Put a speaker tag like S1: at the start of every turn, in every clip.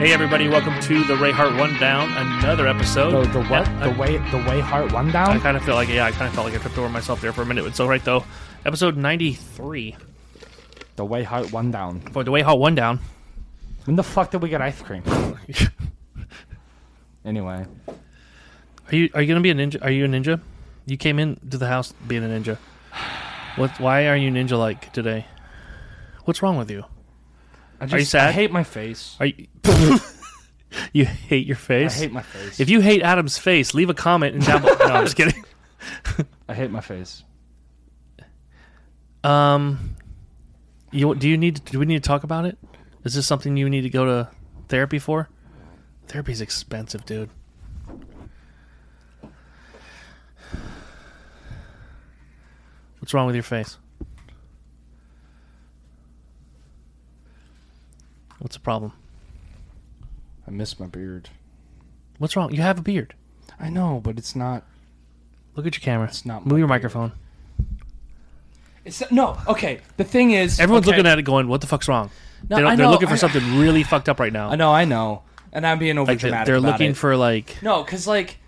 S1: Hey everybody, welcome to the Ray Hart One Down, another episode.
S2: The, the what?
S1: Yeah,
S2: The way the way heart one
S1: I, I
S2: down.
S1: kind of feel like yeah, I kind of felt like I tripped over myself there for a minute. It's all right though. Episode ninety three.
S2: The way heart one down.
S1: For the Way Hart One Down.
S2: When the fuck did we get ice cream? anyway,
S1: Are you are you gonna be a ninja? Are you a ninja? You came into the house being a ninja. What? Why are you ninja like today? What's wrong with you?
S2: I just,
S1: you sad?
S2: I hate my face.
S1: Are you? you hate your
S2: I
S1: face.
S2: hate my face.
S1: if you hate Adam's face, leave a comment and down. below. no, I'm just kidding.
S2: I hate my face.
S1: Um, you do you need? Do we need to talk about it? Is this something you need to go to therapy for? Therapy's expensive, dude. What's wrong with your face? What's the problem?
S2: I miss my beard.
S1: What's wrong? You have a beard.
S2: I know, but it's not.
S1: Look at your camera.
S2: It's not
S1: Move
S2: my
S1: your
S2: beard.
S1: microphone.
S2: It's not, no. Okay. The thing is,
S1: Everyone's
S2: okay,
S1: looking at it, going, "What the fuck's wrong?"
S2: No,
S1: they
S2: I
S1: they're
S2: know,
S1: looking for
S2: I-
S1: something really fucked up right now.
S2: I know. I know. And I'm being over
S1: Like they're,
S2: dramatic.
S1: they're
S2: about
S1: looking
S2: it.
S1: for like
S2: no, because like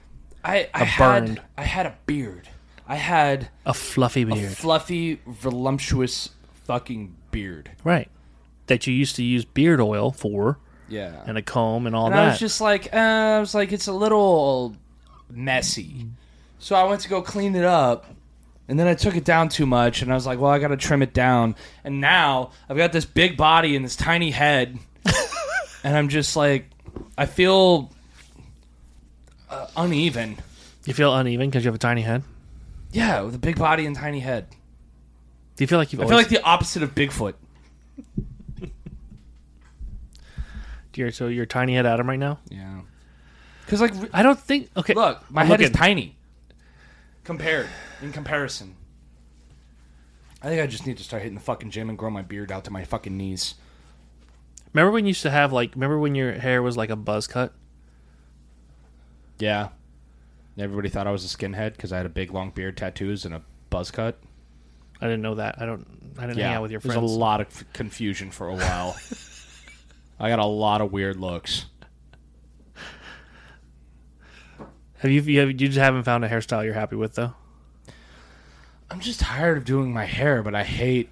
S2: I I
S1: A
S2: had
S1: burned.
S2: I had a beard. I had
S1: a fluffy
S2: a
S1: beard.
S2: fluffy, voluptuous fucking beard.
S1: Right. That you used to use beard oil for
S2: Yeah.
S1: and a comb and all
S2: And
S1: that.
S2: I was just like, uh, I was like, it's a little messy. So I went to go clean it up, and then I took it down too much, and I was like, well, I got to trim it down. And now I've got this big body and this tiny head, and I'm just like, I feel uh, uneven.
S1: you feel uneven because you have a tiny head.
S2: Yeah, with a big body and tiny head.
S1: Do you feel like you've
S2: I
S1: always,
S2: feel like the opposite of Bigfoot.
S1: you're, so you're tiny head Adam right now?
S2: Yeah. Because like, re-
S1: I don't think. Okay,
S2: look, my
S1: I'm
S2: head
S1: looking.
S2: is tiny compared in comparison. I think I just need to start hitting the fucking gym and grow my beard out to my fucking knees.
S1: Remember when you used to have like? Remember when your hair was like a buzz cut?
S2: Yeah. Everybody thought I was a skinhead because I had a big long beard, tattoos, and a buzz cut.
S1: I didn't know that. I don't. I didn't hang out with your friends.
S2: There's a lot of f- confusion for a while. I got a lot of weird looks.
S1: Have you? You, have, you just haven't found a hairstyle you're happy with though.
S2: I'm just tired of doing my hair, but I hate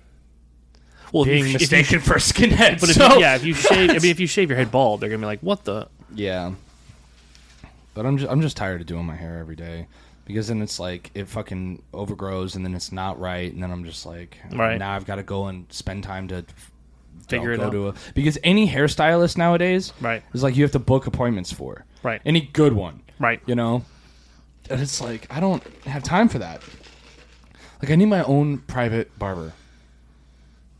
S1: Well, if you-
S2: being
S1: if you-
S2: mistaken for a skinhead.
S1: But if
S2: so-
S1: you, yeah, if you shave, I mean, if you shave your head bald, they're gonna be like, "What the?
S2: Yeah. But I'm just I'm just tired of doing my hair every day because then it's like it fucking overgrows and then it's not right and then I'm just like
S1: Right.
S2: now I've got to go and spend time to you know,
S1: Figure it
S2: go
S1: out.
S2: to a, because any hairstylist nowadays
S1: Right.
S2: is like you have to book appointments for
S1: Right.
S2: any good one
S1: Right.
S2: you know and it's like I don't have time for that like I need my own private barber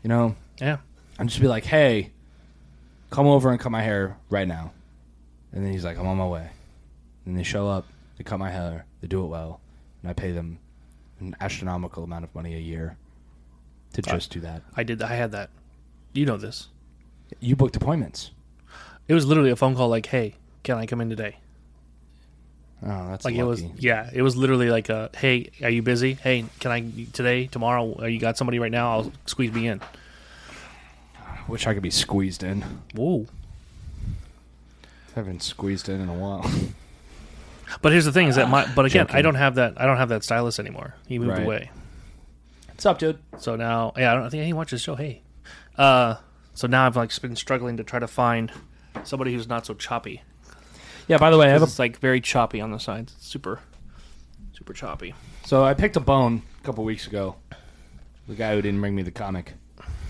S2: you know
S1: Yeah.
S2: I'm just be like, hey, come over and cut my hair right now. And then he's like, I'm on my way. And they show up, they cut my hair, they do it well, and I pay them an astronomical amount of money a year to just do that.
S1: I did. I had that. You know this.
S2: You booked appointments.
S1: It was literally a phone call like, "Hey, can I come in today?"
S2: Oh, that's
S1: Like
S2: lucky.
S1: it was, yeah. It was literally like a, "Hey, are you busy? Hey, can I today, tomorrow? Are you got somebody right now? I'll squeeze me in."
S2: I wish I could be squeezed in. I
S1: Whoa!
S2: haven't been squeezed in in a while.
S1: But here's the thing: is that my, but again, I
S2: Joking.
S1: don't have that. I don't have that stylist anymore. He moved
S2: Right.
S1: away,
S2: What's up, dude?
S1: so now, yeah, I don't think he watches the show. Hey, uh, so now I've like been struggling to try to find somebody who's not so choppy.
S2: Yeah, by the way, I have a,
S1: It's like very choppy on the sides. It's super, super choppy.
S2: so I picked a bone a couple weeks ago. The guy who didn't bring me the comic.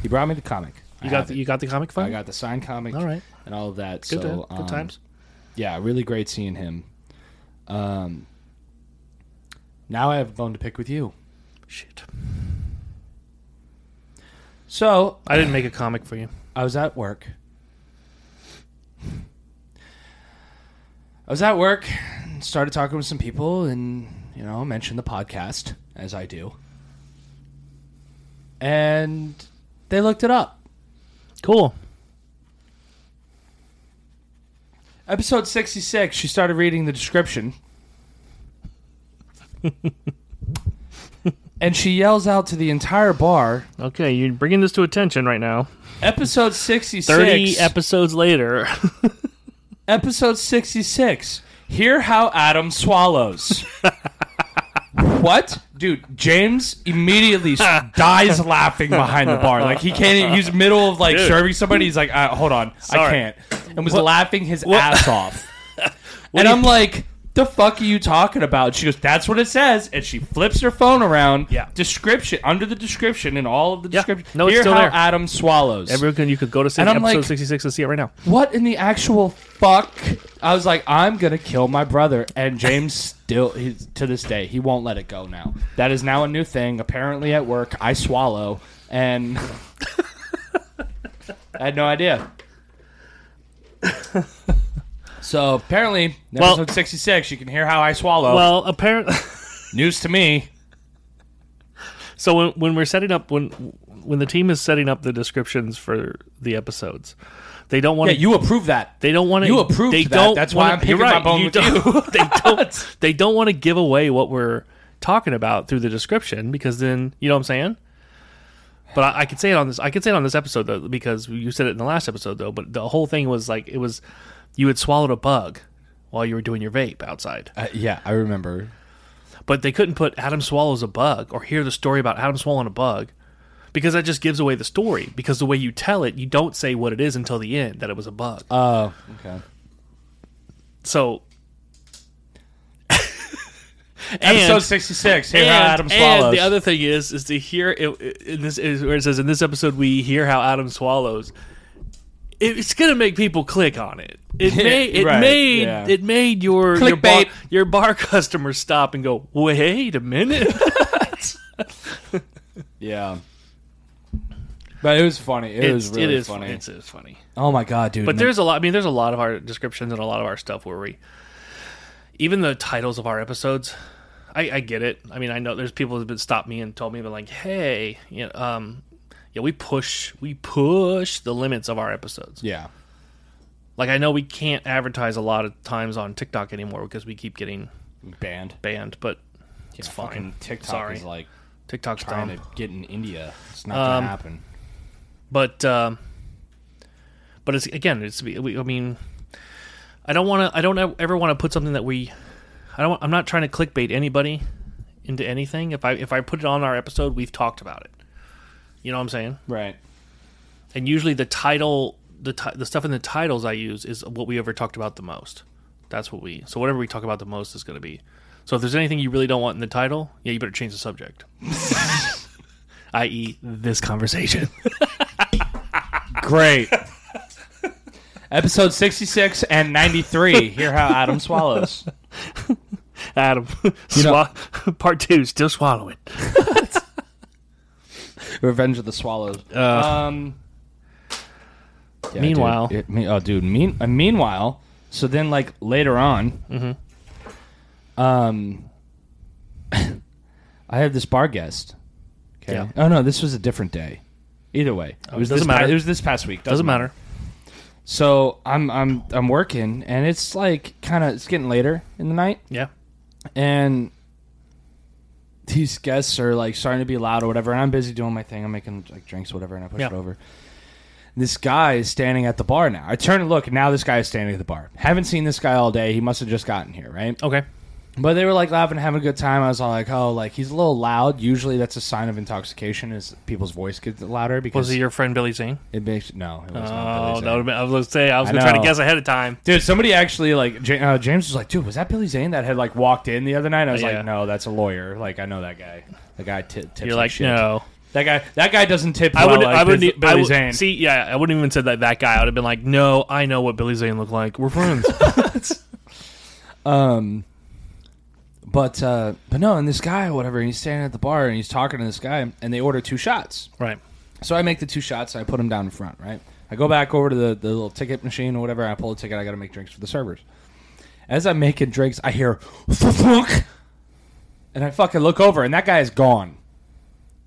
S2: He brought me the comic.
S1: You
S2: I
S1: got
S2: have
S1: the,
S2: it.
S1: you got the comic phone.
S2: I got the signed comic.
S1: All right.
S2: And all of that.
S1: good,
S2: so
S1: good
S2: um,
S1: times.
S2: Yeah, really great seeing him. Um, now I have a bone to pick with you.
S1: Shit,
S2: So
S1: I didn't make a comic for you.
S2: I was at work. I was at work and started talking with some people and, you know, mentioned the podcast, as I do. And they looked it up.
S1: Cool.
S2: Episode 66, she started reading the description. and she yells out to the entire bar
S1: Okay, you're bringing this to attention right now.
S2: Episode 66.
S1: Thirty episodes later,
S2: episode 66. Hear how Adam swallows. what? Dude, James immediately s- dies laughing behind the bar. Like, he can't even, he's middle of like
S1: Dude.
S2: serving somebody. He's like, uh, hold on, I
S1: Sorry.
S2: can't. And was laughing his ass off.
S1: do
S2: and
S1: you-
S2: I'm like, the fuck are you talking about? She goes, that's what it says. And she flips her phone around.
S1: Yeah.
S2: Description, under the description, and all of the
S1: Yeah.
S2: description.
S1: No, it's
S2: Hear
S1: still
S2: how
S1: there.
S2: Adam swallows
S1: Everyone, can, you could go to see
S2: And I'm
S1: episode
S2: like-
S1: 66 and see it right now.
S2: what in the actual fuck? I was like, I'm gonna kill my brother, and James still he's, to this day he won't let it go. Now that is now a new thing. Apparently at work, I swallow, and I had no idea. so apparently, in
S1: Well-
S2: episode 66, you can hear how I swallow.
S1: Well, apparently.
S2: News to me.
S1: So when, when we're setting up when when the team is setting up the descriptions for the episodes, they don't want
S2: Yeah,
S1: to.
S2: you approve that.
S1: they don't want to.
S2: you approved
S1: They
S2: that.
S1: don't.
S2: That's why
S1: wanna-
S2: I'm picking
S1: you're right,
S2: my bone
S1: you
S2: with
S1: don't,
S2: you.
S1: they don't. They don't want to give away what we're talking about through the description because then you know what I'm saying. But I, I could say it on this. I could say it on this episode though because you said it in the last episode though. But the whole thing was like it was you had swallowed a bug while you were doing your vape outside.
S2: Uh, yeah, I remember.
S1: but they couldn't put Adam swallows a bug or hear the story about Adam swallowing a bug because that just gives away the story. Because the way you tell it, you don't say what it is until the end that it was a bug.
S2: Oh, okay.
S1: so, and,
S2: Episode 66. Here,
S1: and,
S2: how Adam
S1: and
S2: swallows.
S1: the other thing is is to hear it in this is where it says in this episode we hear how Adam swallows. It's gonna make people click on it. It made it
S2: Right,
S1: made
S2: yeah.
S1: it made your your bar,
S2: Clickbait.
S1: your bar customers stop and go wait a minute.
S2: Yeah. But it was funny. It was really funny.
S1: It's, it's funny.
S2: oh my god, dude!
S1: But there's a lot. I mean, there's a lot of our descriptions and a lot of our stuff where we, even the titles of our episodes, I, I get it. I mean, I know there's people who've been stopped me and told me, but like, hey, you know, um, yeah, we push, we push the limits of our episodes.
S2: yeah,
S1: Like, I know we can't advertise a lot of times on TikTok anymore because we keep getting
S2: banned.
S1: banned. But it's
S2: Yeah,
S1: fine.
S2: fucking TikTok
S1: Sorry.
S2: is like
S1: TikTok's
S2: trying
S1: dumb.
S2: to get in India. It's not
S1: Um,
S2: gonna happen.
S1: but um, but it's again it's we, i mean i don't want to i don't ev- ever want to put something that we i don't i'm not trying to clickbait anybody into anything if i if i put it on our episode we've talked about it you know what i'm saying
S2: Right.
S1: and usually the title the ti- the stuff in the titles i use is what we ever talked about the most that's what we so whatever we talk about the most is going to be so if there's anything you really don't want in the title yeah you better change the subject i.e this conversation
S2: Great. Episode 66 and 93. Hear how Adam swallows.
S1: Adam, swa- part two, still swallowing.
S2: Revenge of the Swallows.
S1: Uh,
S2: um. yeah,
S1: Meanwhile-
S2: dude. It- me- oh, dude. Mean, uh, meanwhile, so then like later on,
S1: Mm-hmm.
S2: um, I had this bar guest. Okay.
S1: Yeah. Um,
S2: Oh no, this was a different day. Either way, it was
S1: doesn't
S2: this pa-
S1: matter.
S2: it was this past week.
S1: Doesn't matter.
S2: So I'm I'm I'm working, and it's like kind of it's getting later in the night
S1: Yeah.
S2: and these guests are like starting to be loud or whatever and i'm busy doing my thing i'm making like drinks or whatever and i push
S1: Yeah.
S2: it over this guy is standing at the bar now i turn and look and now this guy is standing at the bar haven't seen this guy all day he must have just gotten here right
S1: Okay.
S2: but they were like laughing having a good time i was all like oh like he's a little loud usually that's a sign of intoxication is people's voice gets louder because
S1: Was it your friend Billy Zane?
S2: it makes no it was not
S1: Oh,
S2: Billy
S1: that
S2: Zane.
S1: would have been, I was going to say, I was
S2: I
S1: going to try to
S2: know.
S1: guess ahead of time.
S2: Dude, somebody actually like J- uh, James was like, "Dude, was that Billy Zane that had like walked in the other night?" I was
S1: Yeah.
S2: like, "No, that's a lawyer. Like, I know that guy. The guy ti tips.
S1: You're
S2: like,
S1: like,
S2: shit.
S1: no.
S2: That guy. That guy doesn't tip.
S1: I
S2: well
S1: would,
S2: like
S1: I would,
S2: Biz-
S1: need-
S2: Billy
S1: I would
S2: Zane.
S1: see, yeah, I wouldn't even said that that guy. I would have been like, no, I know what Billy Zane looked like. We're friends.
S2: Um, but uh, but no, and this guy, or whatever, he's standing at the bar and he's talking to this guy, and they order two shots.
S1: right.
S2: So I make the two shots. and I put them down in front. Right. I go back over to the, the little ticket machine or whatever. I pull a ticket. I got to make drinks for the servers. As I'm making drinks, I hear thunk, and I fucking look over, and that guy is gone.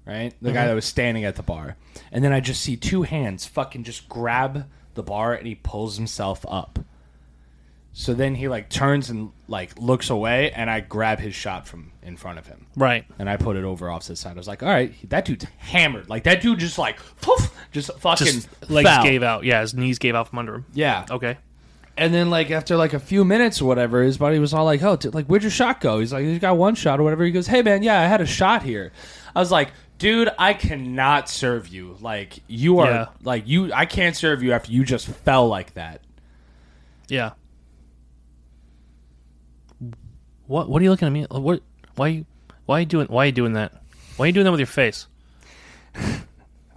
S2: Right, the guy that was standing at the bar, and then I just see two hands fucking just grab the bar, and he pulls himself up. So then he like turns and like looks away, and I grab his shot from in front of him
S1: Right.
S2: and I put it over off to the side. I was like, all right, that dude's hammered. Like that dude just like poof, just fucking
S1: Just legs
S2: fell.
S1: gave out. Yeah, his knees gave out from under him.
S2: Yeah.
S1: Okay.
S2: And then, like after like a few minutes or whatever, his buddy was all like, "Oh, dude, like where'd your shot go?" He's like, "You got one shot or whatever." He goes, "Hey man, yeah, I had a shot here." I was like, "Dude, I cannot serve you. Like you are
S1: Yeah.
S2: like you. I can't serve you after you just fell like that."
S1: Yeah. What What are you looking at me? What? Why? Why are you doing? Why are you doing that? Why are you doing that with your face,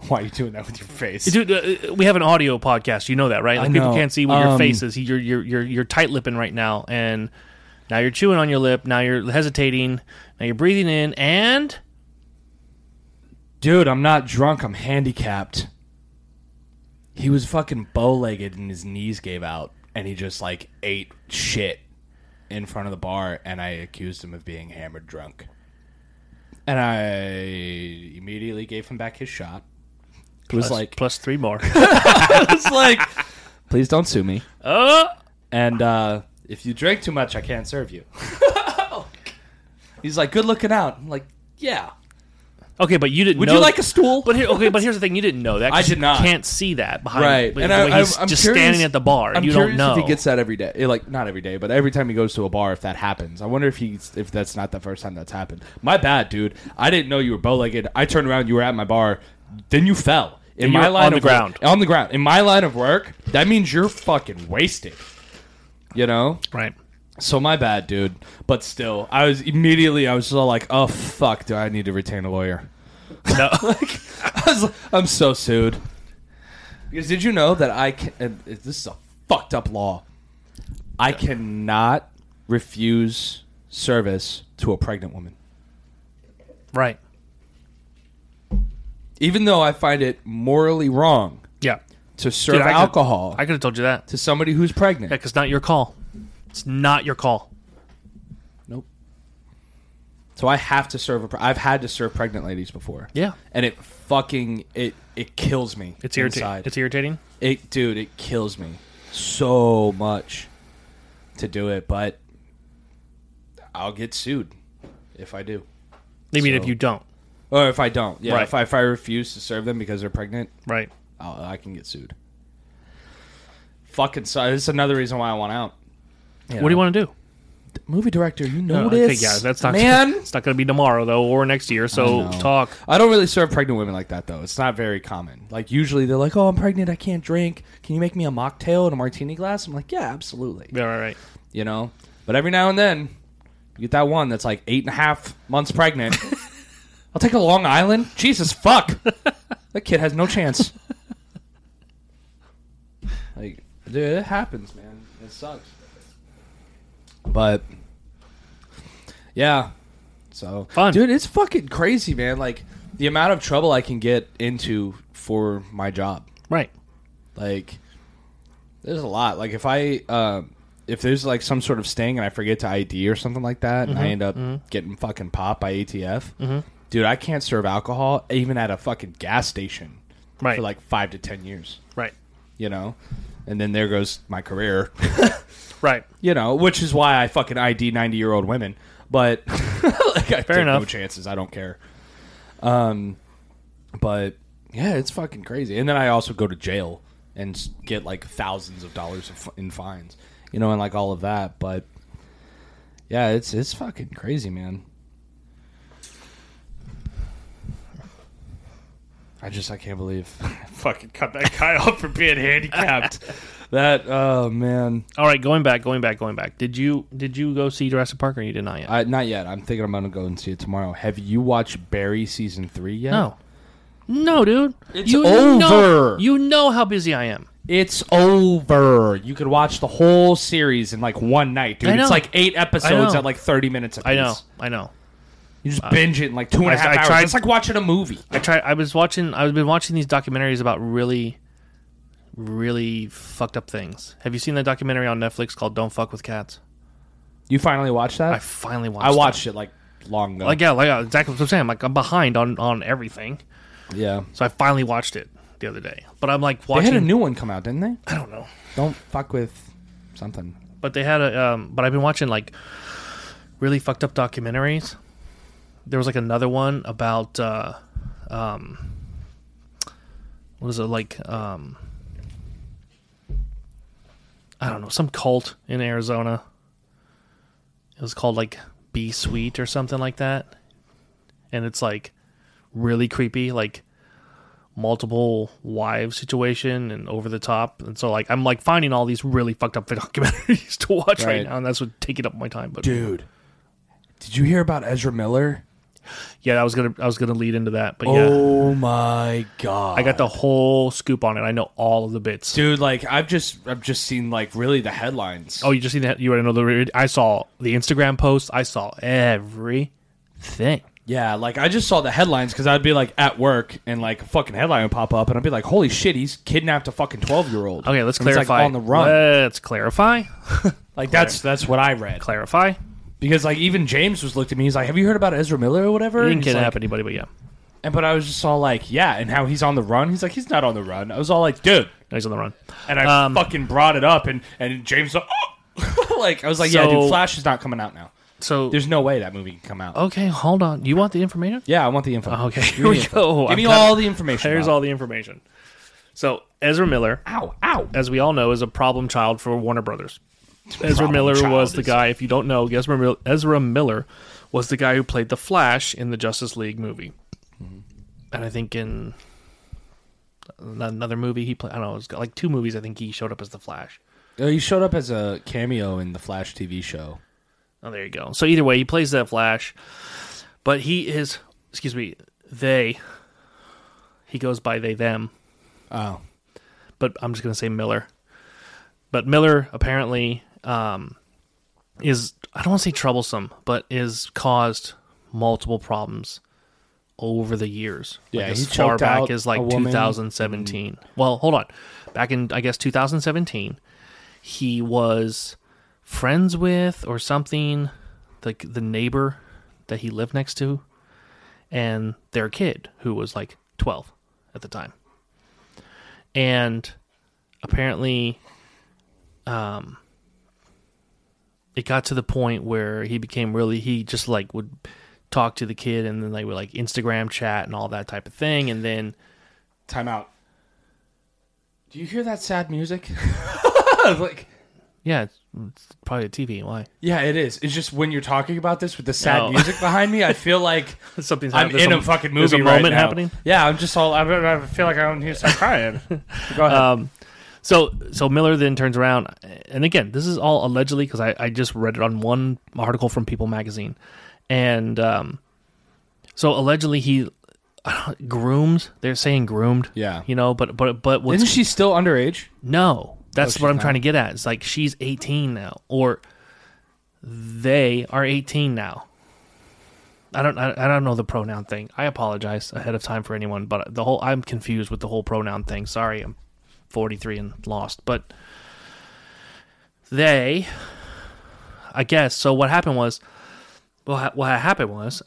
S2: Why are you doing that with your face?
S1: dude? Uh, we have an audio podcast. You know that, right? Like people
S2: know.
S1: can't see what your
S2: Um,
S1: face is. You're you're you're, you're tight lipping right now, and now you're chewing on your lip. Now you're hesitating. Now you're breathing in, and
S2: Dude, I'm not drunk. I'm handicapped. He was fucking bow legged and his knees gave out, and he just like ate shit in front of the bar, and I accused him of being hammered drunk. And I immediately gave him back his shot. It was
S1: plus,
S2: like,
S1: plus three more.
S2: it was like, please don't sue me.
S1: oh,
S2: And uh, if you drink too much, I can't serve you. He's like, good looking out. I'm like, yeah.
S1: okay, but you didn't.
S2: Would
S1: know
S2: you like a stool?
S1: But here, okay, but here's the thing: you didn't know that. 'cause
S2: I did
S1: you
S2: not.
S1: Can't see that behind.
S2: Right,
S1: but
S2: and
S1: the
S2: I-
S1: way
S2: I-
S1: he's
S2: I'm
S1: just
S2: curious-
S1: standing at the bar.
S2: I'm
S1: you don't
S2: curious
S1: know.
S2: if he gets that every day. Eh, Like not every day, but every time he goes to a bar, if that happens, I wonder if he's if that's not the first time that's happened. My bad, dude. I didn't know you were bow legged. I turned around, you were at my bar, then you fell in
S1: And you
S2: my
S1: were
S2: line
S1: on the
S2: of work-
S1: ground.
S2: on the ground in my line of work. That means you're fucking wasted. You know.
S1: right.
S2: So my bad, dude. But still, I was immediately I was just all like, oh fuck, do I need to retain a lawyer?
S1: No.
S2: I was like, I'm so sued. Because did you know that I can? And this is a fucked up law. I cannot refuse service to a pregnant woman,
S1: right.
S2: even though I find it morally wrong
S1: Yeah.
S2: to serve
S1: Dude, I could-
S2: alcohol
S1: I could have told you that.
S2: to somebody who's pregnant.
S1: Yeah, 'cause not your call. It's not your call.
S2: Nope. So I have to serve. A pre- I've had to serve pregnant ladies before.
S1: Yeah.
S2: and it fucking it it kills me.
S1: It's irritating.
S2: inside.
S1: It's irritating.
S2: It, dude, it kills me so much to do it, but I'll get sued if I do,
S1: I mean,
S2: So-
S1: if you don't,
S2: or if I don't. Yeah,
S1: Right.
S2: if, I, if I refuse to serve them because they're pregnant,
S1: right?
S2: I'll, I can get sued. Fucking, so this is another reason why I want out.
S1: What do you want to do?
S2: to movie director? You
S1: Uh,
S2: know
S1: okay,
S2: this,
S1: yeah, that's not.
S2: man.
S1: It's not going to be tomorrow though, or next year. So
S2: I know.
S1: talk.
S2: I don't really serve pregnant women like that though. It's not very common. Like usually they're like, "Oh, I'm pregnant. I can't drink. Can you make me a mocktail and a martini glass?" I'm like, "Yeah, absolutely."
S1: Yeah, right, right.
S2: you know. But every now and then, you get that one that's like eight and a half months pregnant. I'll take a Long Island. Jesus fuck, that kid has no chance. like, dude, it happens, man. It sucks. But yeah, so
S1: Fun.
S2: dude. It's fucking crazy, man. Like the amount of trouble I can get into for my job.
S1: Right.
S2: Like, there's a lot. Like, if I, um, if there's like some sort of sting and I forget to ID or something like that, and I end up getting fucking popped by ATF, dude, I can't serve alcohol even at a fucking gas station
S1: Right.
S2: for like five to ten years.
S1: right.
S2: You know, and then there goes my career.
S1: Right.
S2: you know, which is why I fucking ID ninety year old women. But like, I take no
S1: enough.
S2: chances. I don't care. Um, but yeah, it's fucking crazy. And then I also go to jail and s- get like thousands of dollars of, in fines, you know, and like all of that. But yeah, it's it's fucking crazy, man. I just I can't believe fucking cut that guy off for being handicapped. that oh man.
S1: All right. Going back. Going back. Going back. Did you Did you go see Jurassic Park or you did not yet?
S2: Uh, not yet. I'm thinking I'm gonna go and see it tomorrow. Have you watched Barry season three yet?
S1: no. No, dude.
S2: It's
S1: you Know,
S2: over.
S1: you know how busy I am.
S2: It's over. You could watch the whole series in like one night, dude.
S1: I know.
S2: It's like eight episodes
S1: know.
S2: at like 30 minutes. Apiece.
S1: I know. I know.
S2: You just binge it in like two and
S1: I-
S2: a half
S1: I
S2: hours.
S1: tried-
S2: It's like watching a movie.
S1: I tried. I was watching. I've been watching these documentaries about really, really fucked up things. Have you seen that documentary on Netflix called "Don't Fuck with Cats"?
S2: You finally watched that?
S1: I finally watched.
S2: I watched it like long ago.
S1: That. Like yeah, like yeah, exactly what I'm saying. Like I'm behind on on everything,
S2: yeah.
S1: so I finally watched it the other day. But I'm like
S2: They
S1: watching.
S2: had a new one come out, didn't they?
S1: I don't know.
S2: Don't fuck with something.
S1: But they had a. Um, but I've been watching like really fucked up documentaries. There was like another one about. Uh, um, what is it like? Um, I don't know some cult in Arizona. It was called like B Sweet or something like that, and it's like really creepy, like multiple wives situation and over the top. And so like I'm like finding all these really fucked up documentaries to watch right,
S2: Right.
S1: now, and that's what taking up my time. But
S2: Dude, did you hear about Ezra Miller?
S1: yeah, I was gonna I was gonna lead into that, but yeah.
S2: Oh my god!
S1: I got the whole scoop on it. I know all of the bits.
S2: dude. Like I've just I've just seen like really the headlines.
S1: Oh, you just seen that? You already know the. re- I saw the Instagram post. I saw everything.
S2: Yeah, like I just saw the headlines because I'd be like at work and like a fucking headline would pop up and I'd be like, "Holy shit, he's kidnapped a fucking twelve year old."
S1: Okay, let's
S2: and it's,
S1: clarify.
S2: like on the run.
S1: Let's clarify.
S2: like that's that's what I read
S1: Clarify.
S2: because like even James was looked at me. He's like, "Have you heard about Ezra Miller or whatever?"
S1: You
S2: And
S1: didn't
S2: he's
S1: kidnap
S2: like-
S1: anybody, but yeah.
S2: and but I was just all like, "Yeah," and how he's on the run. He's like, "He's not on the run." I was all like, "Dude,"
S1: He's on the run.
S2: and I
S1: Um,
S2: fucking brought it up and and James was like, "Oh!" like I was like, "Yeah,
S1: So-
S2: dude, Flash is not coming out now.
S1: So
S2: There's no way that movie can come out."
S1: okay, hold on. You want the information?
S2: Yeah, I want the info.
S1: Okay,
S2: Give me
S1: here
S2: the
S1: we
S2: info.
S1: go.
S2: Give
S1: I've
S2: me
S1: got
S2: all the information.
S1: Here's
S2: about
S1: all the information. So Ezra Miller,
S2: it. Ow! Ow!
S1: as we all know, is a problem child for Warner Brothers. Ezra
S2: Problem
S1: Miller
S2: child
S1: was the
S2: is-
S1: guy. If you don't know, Ezra Mil- Ezra Miller was the guy who played the Flash in the Justice League movie,
S2: Mm-hmm.
S1: and I think in another movie he played. I don't know. It was like two movies. I think he showed up as the Flash.
S2: Uh, he showed up as a cameo in the Flash TV show.
S1: Oh, there you go. So either way, he plays that Flash, but he is. Excuse me. They. He goes by they them.
S2: Oh,
S1: but I'm just going to say Miller. But Miller apparently um, is, I don't want to say troublesome, but is caused multiple problems over the years.
S2: Yeah,
S1: like
S2: he
S1: as far
S2: choked out
S1: back as
S2: a
S1: like
S2: woman.
S1: 2017. Well, hold on. Back in, I guess, 2017, he was friends with or something, like the neighbor that he lived next to, and their kid, who was like 12 at the time and apparently um it got to the point where he became really he just like would talk to the kid and then they would like Instagram chat and all that type of thing and then
S2: time out. Do you hear that sad music? like,
S1: yeah it's, it's probably a TV why
S2: yeah, it is. It's just when you're talking about this with the sad
S1: No.
S2: music behind me, I feel like
S1: something's
S2: I'm
S1: there's
S2: in
S1: some-
S2: a fucking
S1: there's
S2: movie
S1: a
S2: right
S1: moment
S2: now.
S1: happening
S2: Yeah, I'm just all. I, I feel like I'm here start crying. Go ahead.
S1: Um, So so Miller then turns around, and again, this is all allegedly because I, I just read it on one article from People magazine, and um, so allegedly he grooms. They're saying groomed,
S2: Yeah.
S1: you know. But but but what's
S2: Isn't she still underage?
S1: no? That's
S2: Oh, she's
S1: what I'm
S2: not.
S1: trying to get at. It's like she's 18 now, or they are 18 now. I don't I, I don't know the pronoun thing. I apologize ahead of time for anyone, but the whole I'm confused with the whole pronoun thing. Sorry, I'm 43 and lost, but they I guess so what happened was well ha- what happened was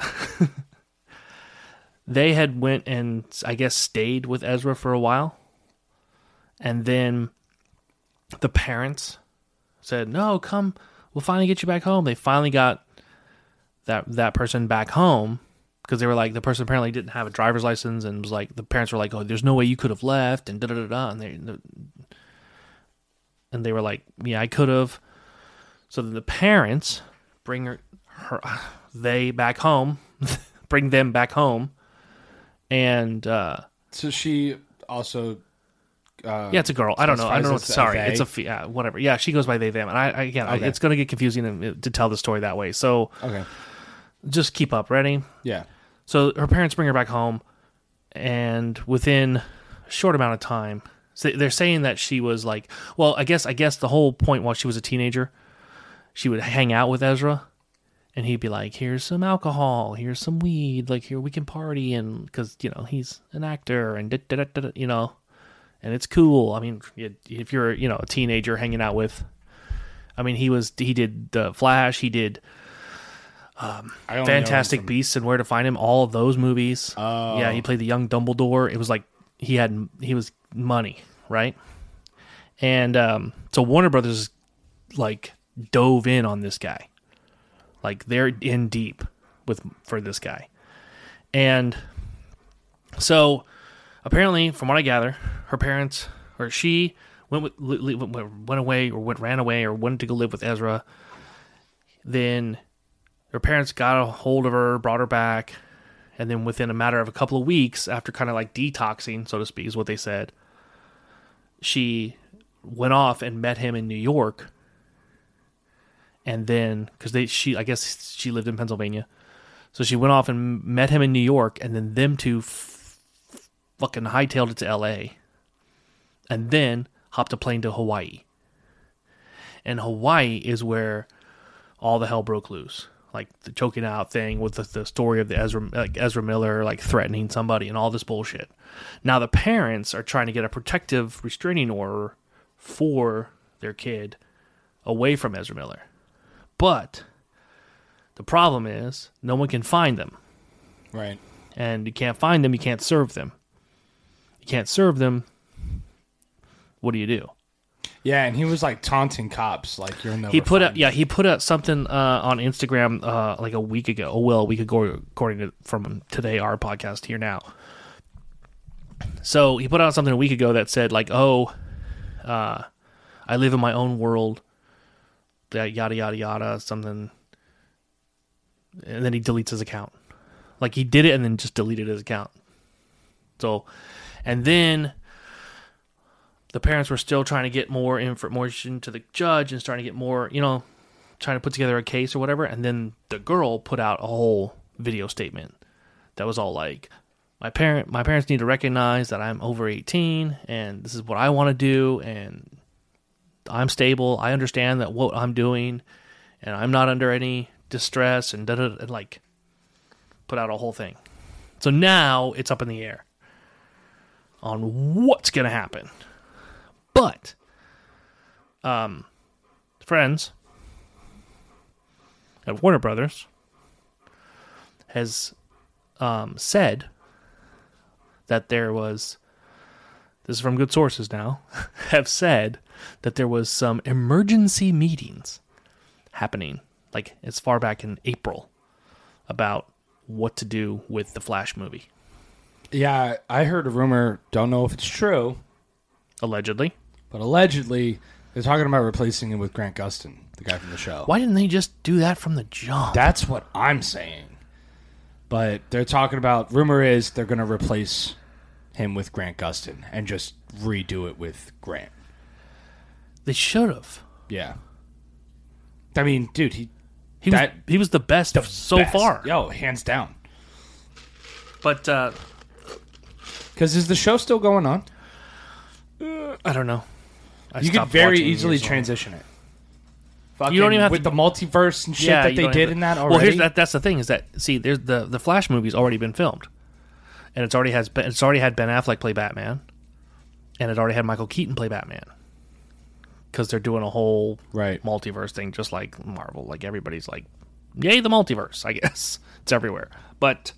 S1: they had went and I guess stayed with Ezra for a while and then the parents said, "No, come, we'll finally get you back home." They finally got that that person back home because they were like the person apparently didn't have a driver's license and was like the parents were like, "Oh, there's no way you could have left," and da da da da, and they and they were like, "Yeah, I could have." So then the parents bring her, her they back home, bring them back home, and. uh
S2: So she also. Uh,
S1: yeah, it's a girl. I don't know. I don't
S2: surprised
S1: know. What
S2: it's
S1: to,
S2: a
S1: sorry,
S2: they.
S1: it's a fe- yeah, whatever. Yeah, she goes by they them, and I, I again,
S2: Okay.
S1: I, it's going to get confusing and- to tell the story that way. So
S2: Okay.
S1: just keep up. Ready?
S2: Yeah.
S1: So her parents bring her back home, and within a short amount of time, so they're saying that she was like, well, I guess, I guess the whole point while she was a teenager, she would hang out with Ezra, and he'd be like, "Here's some alcohol, here's some weed, like here we can party," and because you know he's an actor and da, da, da, da, da, you know, and it's cool. I mean, y- if you're you know a teenager hanging out with. I mean, he was he did the Flash, he did
S2: I only know him
S1: Fantastic
S2: from-
S1: Beasts and Where to Find Him, all of those movies.
S2: Oh.
S1: Yeah, he played the young Dumbledore. It was like he had he was money, right? And um, so Warner Brothers like dove in on this guy. Like they're in deep with for this guy. And so apparently from what I gather, her parents or she went with, li- li- went- went went away or went ran away or wanted to go live with Ezra. Then her parents got a hold of her, brought her back, and then within a matter of a couple of weeks, after kind of like detoxing, so to speak, is what they said, she went off and met him in New York. And then, because they she I guess she lived in Pennsylvania, so she went off and met him in New York, and then them two f- fucking hightailed it to L.A. and then hopped a plane to Hawaii. And Hawaii is where all the hell broke loose, like the choking out thing with the, the story of the Ezra like Ezra Miller like threatening somebody and all this bullshit. Now the parents are trying to get a protective restraining order for their kid away from Ezra Miller, but the problem is no one can find them
S2: Right.
S1: and you can't find them, you can't serve them. You can't serve them. What do you do?
S2: Yeah, and he was like taunting cops, like you're never.
S1: He put
S2: find
S1: up, yeah, he put up something uh, on Instagram uh, like a week ago. Oh well, a week ago, according to from today, our podcast here now. So he put out something a week ago that said like, "Oh, uh, I live in my own world." That yada yada yada something, and then he deletes his account. Like he did it and then just deleted his account. So, and then the parents were still trying to get more information to the judge and starting to get more, you know, trying to put together a case or whatever. And then the girl put out a whole video statement that was all like, "My parent, my parents need to recognize that I'm over 18 and this is what I want to do and I'm stable. I understand that what I'm doing and I'm not under any distress and da da and like put out a whole thing. So now it's up in the air on what's going to happen. But um, friends at Warner Brothers has um, said that there was this is from good sources now have said that there was some emergency meetings happening like as far back in April about what to do with the Flash movie
S2: Yeah, I heard a rumor. Don't know if it's true,
S1: allegedly
S2: but allegedly they're talking about replacing him with Grant Gustin, the guy from the show.
S1: why didn't they just do that from the jump
S2: That's what I'm saying. But they're talking about. Rumor is they're going to replace him with Grant Gustin and just redo it with Grant.
S1: they should have
S2: Yeah. I mean, dude, he
S1: He
S2: That-
S1: was he was the best so
S2: best.
S1: far.
S2: Yo, hands down.
S1: But uh,
S2: Because is the show still going on?
S1: I don't know. I
S2: you could
S1: stopped
S2: very
S1: watching
S2: easily
S1: years ago.
S2: transition it.
S1: You don't even have
S2: with
S1: to-
S2: the multiverse and shit that
S1: you
S2: they
S1: don't
S2: did
S1: have to-
S2: in that already.
S1: Well, here's that. That's the thing is that see, there's the the Flash movie's already been filmed, and it's already has Ben- it's already had Ben Affleck play Batman, and it already had Michael Keaton play Batman. Because they're doing a whole
S2: Right.
S1: multiverse thing, just like Marvel. Like everybody's like, "Yay, the multiverse!" I guess it's everywhere. But,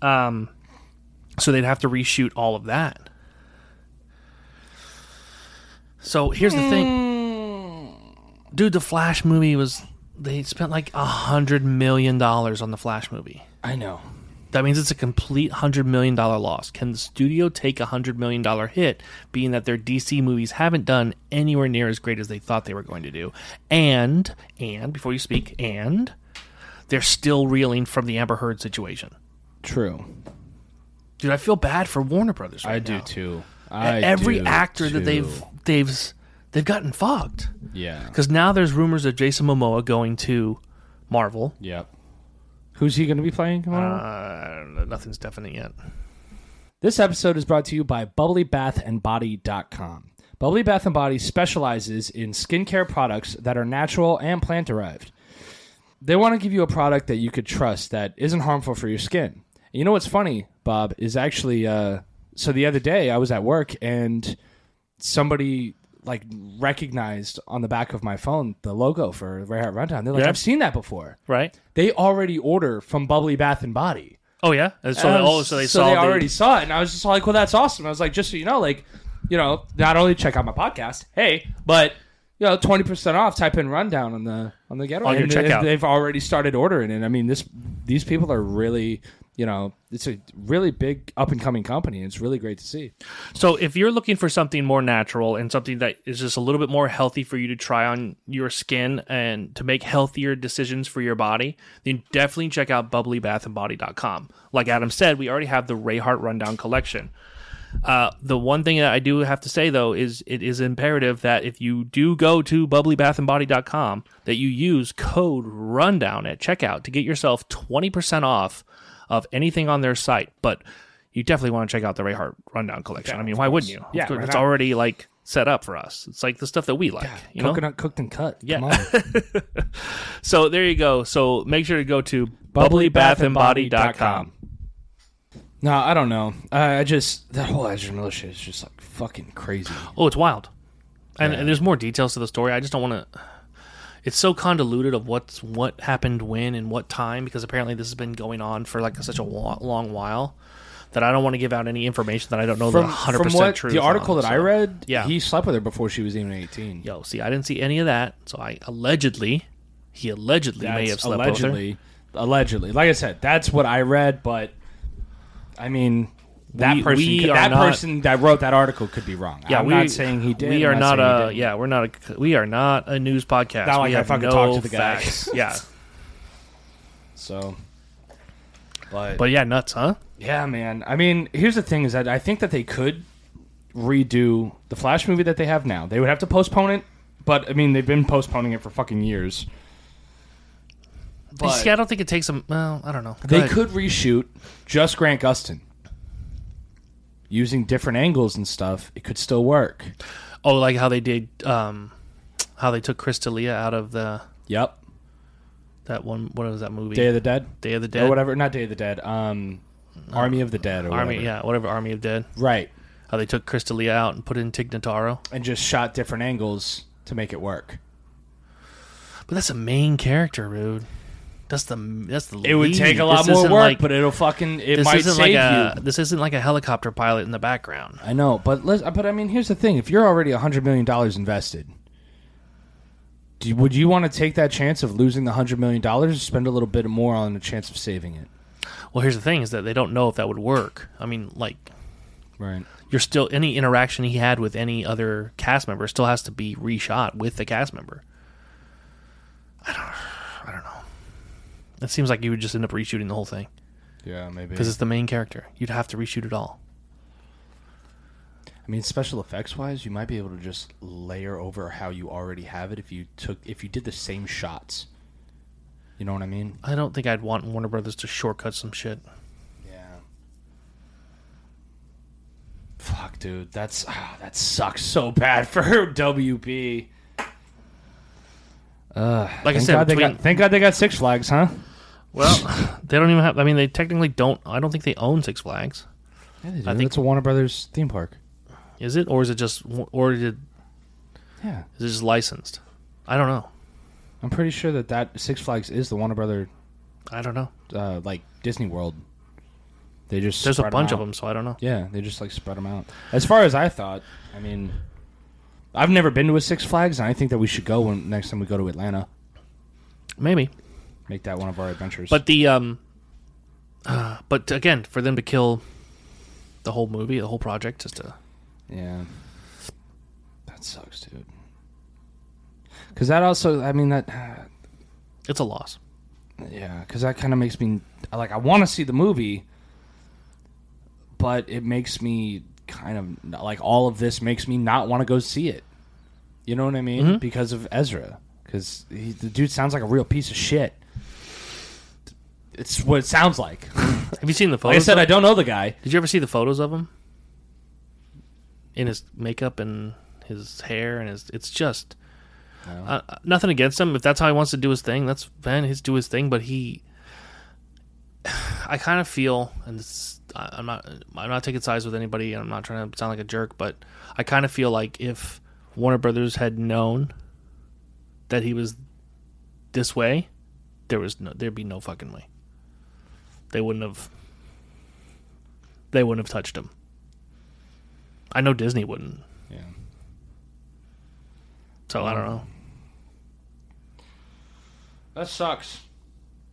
S1: um, so they'd have to reshoot all of that. So here's the thing, dude. The Flash movie was they spent like a hundred million dollars on the Flash movie.
S2: I know.
S1: That means it's a complete hundred million dollar loss. Can the studio take a hundred million dollar hit, being that their DC movies haven't done anywhere near as great as they thought they were going to do? And and before you speak, and they're still reeling from the Amber Heard situation.
S2: True.
S1: Dude, I feel bad for Warner Brothers. Right
S2: I
S1: now.
S2: do too. I
S1: Every
S2: do,
S1: actor
S2: too.
S1: that they've they've they've gotten fogged
S2: yeah
S1: because now there's rumors of Jason Momoa going to Marvel.
S2: yep. Who's he going to be playing tomorrow?
S1: Uh, nothing's definite yet.
S2: This episode is brought to you by bubblybathandbody.com. Bubbly Bath and Body specializes in skincare products that are natural and plant derived. They want to give you a product that you could trust that isn't harmful for your skin. You know what's funny, Bob, is actually uh, so the other day I was at work and somebody like recognized on the back of my phone the logo for Rare Hat Rundown. They're like,
S1: Yeah.
S2: I've seen that before.
S1: Right?
S2: They already order from Bubbly Bath and Body.
S1: Oh yeah. And so,
S2: And I
S1: oh,
S2: was-
S1: so they saw the-
S2: already saw it, and I was just like, "Well, that's awesome." I was like, "Just so you know, like, you know, not only check out my podcast, hey, but you know, twenty percent off. Type in rundown on the on the getaway.
S1: On your
S2: And they-
S1: checkout.
S2: They've already started ordering it. I mean, this these people are really you know, it's a really big up and coming company. and It's really great to see.
S1: So if you're looking for something more natural and something that is just a little bit more healthy for you to try on your skin and to make healthier decisions for your body, then definitely check out bubblybathandbody.com. Like Adam said, we already have the Rayhart Rundown collection. Uh, the one thing that I do have to say though is it is imperative that if you do go to bubblybathandbody.com that you use code rundown at checkout to get yourself 20% off of anything on their site. But you definitely want to check out the Rayhart rundown collection. I mean, why wouldn't you?
S2: Yeah,
S1: It's good.
S2: right
S1: it's
S2: on.
S1: already
S2: already
S1: like set up for us. It's like the stuff that we like, you know?
S2: Coconut cooked and cut.
S1: Yeah.
S2: Come on.
S1: So there you go. So make sure to go to
S2: bubblybathandbody.com.
S1: bubblybathandbody.com.
S2: no, I don't know. I, I just that whole Ezra Miller shit is just like fucking crazy.
S1: Oh, it's wild. And, and there's more details to the story. I just don't want to. It's so convoluted of what's what happened when and what time because apparently this has been going on for like such a wa- long while that I don't want to give out any information that I don't know the 100
S2: from
S1: percent
S2: what
S1: truth.
S2: the article
S1: on,
S2: that
S1: so.
S2: I read,
S1: Yeah.
S2: he slept with her before she was even eighteen.
S1: Yo, see, I didn't see any of that, so I allegedly, he allegedly may
S2: That's
S1: have slept with her.
S2: allegedly, allegedly. Like I said, that's what I read, but I mean, that
S1: We-
S2: person,
S1: we
S2: could-
S1: are
S2: that
S1: not-
S2: person that wrote that article could be wrong.
S1: Yeah,
S2: I'm
S1: we,
S2: not saying he did.
S1: We
S2: I'm
S1: are not,
S2: saying he
S1: a
S2: didn't.
S1: yeah. We're not a we are not a news podcast.
S2: Not like
S1: we
S2: I
S1: have
S2: fucking
S1: no
S2: talked to the guy.
S1: facts. yeah,
S2: So, but,
S1: but yeah, nuts, huh?
S2: yeah, man. I mean, here's the thing: is that I think that they could redo the Flash movie that they have now. They would have to postpone it, but I mean, they've been postponing it for fucking years.
S1: You see, I don't think it takes them. Well, I don't know. Go
S2: They
S1: ahead.
S2: could reshoot just Grant Gustin using different angles and stuff. It could still work.
S1: Oh, like how they did, um, how they took Chris D'Elia out of the
S2: Yep.
S1: that one. What was that movie?
S2: Day of the Dead
S1: Day of the
S2: or
S1: Dead.
S2: whatever. Not Day of the Dead. Um, Army of the Dead or
S1: Army,
S2: whatever.
S1: yeah, whatever. Army of Dead.
S2: Right,
S1: How they took Chris D'Elia out and put in Tig Notaro.
S2: and just shot different angles to make it work.
S1: But that's a main character, dude. That's the that's the.
S2: It would take a lot more work, but it'll fucking it
S1: this
S2: might
S1: isn't
S2: save
S1: like a
S2: you.
S1: this isn't like a helicopter pilot in the background.
S2: I know, but let's, but I mean, here's the thing: if you're already a hundred million dollars invested, do you, would you want to take that chance of losing the hundred million dollars, spend a little bit more on the chance of saving it?
S1: Well, here's the thing: is that they don't know if that would work. I mean, like
S2: Right.
S1: you're still any interaction he had with any other cast member still has to be reshot with the cast member. I don't, I don't know. It seems like you would just end up reshooting the whole thing
S2: Yeah, maybe.
S1: because it's the main character. You'd have to reshoot it all.
S2: I mean, special effects wise, you might be able to just layer over how you already have it if you took if you did the same shots. You know what I mean?
S1: I don't think I'd want Warner Brothers to shortcut some shit.
S2: Yeah. Fuck, dude, that's ah, that sucks so bad for WB.
S1: Like I
S2: Thank
S1: said,
S2: God,
S1: between,
S2: they got, thank God they got Six Flags, huh?
S1: well, they don't even have. I mean, they technically don't. I don't think they own Six Flags.
S2: Yeah, they do.
S1: think-
S2: it's a Warner Brothers theme park.
S1: Is it, or is it just, or did,
S2: Yeah,
S1: is it just licensed? I don't know.
S2: I'm pretty sure that that Six Flags is the Warner Brother
S1: I don't know.
S2: uh, like Disney World. They just
S1: There's a
S2: spread
S1: bunch
S2: out.
S1: of them, so I don't know.
S2: Yeah, they just like spread them out. As far as I thought, I mean, I've never been to a Six Flags, and I think that we should go when next time we go to Atlanta.
S1: Maybe.
S2: Make that one of our adventures.
S1: But the um, uh, but again, for them to kill the whole movie, the whole project, just to
S2: yeah, that sucks, dude. Because that also, I mean, that
S1: it's a loss.
S2: yeah, because that kind of makes me like I want to see the movie, but it makes me kind of like all of this makes me not want to go see it. You know what I mean? Because of Ezra, because the dude sounds like a real piece of shit. It's what it sounds like.
S1: Have you seen the
S2: Like I
S1: photos?
S2: said, I don't know the guy.
S1: Did you ever see the photos of him in his makeup and his hair and his? It's just uh, uh, nothing against him. If that's how he wants to do his thing, that's fine. He's do his thing. But he, I kind of feel, and this, I, I'm not, I'm not taking sides with anybody, and I'm not trying to sound like a jerk, but I kind of feel like if Warner Brothers had known that he was this way, there was no, there'd be no fucking way. They wouldn't have they wouldn't have touched him. I know Disney wouldn't,
S2: Yeah,
S1: so
S2: Mm.
S1: I don't know.
S2: that sucks.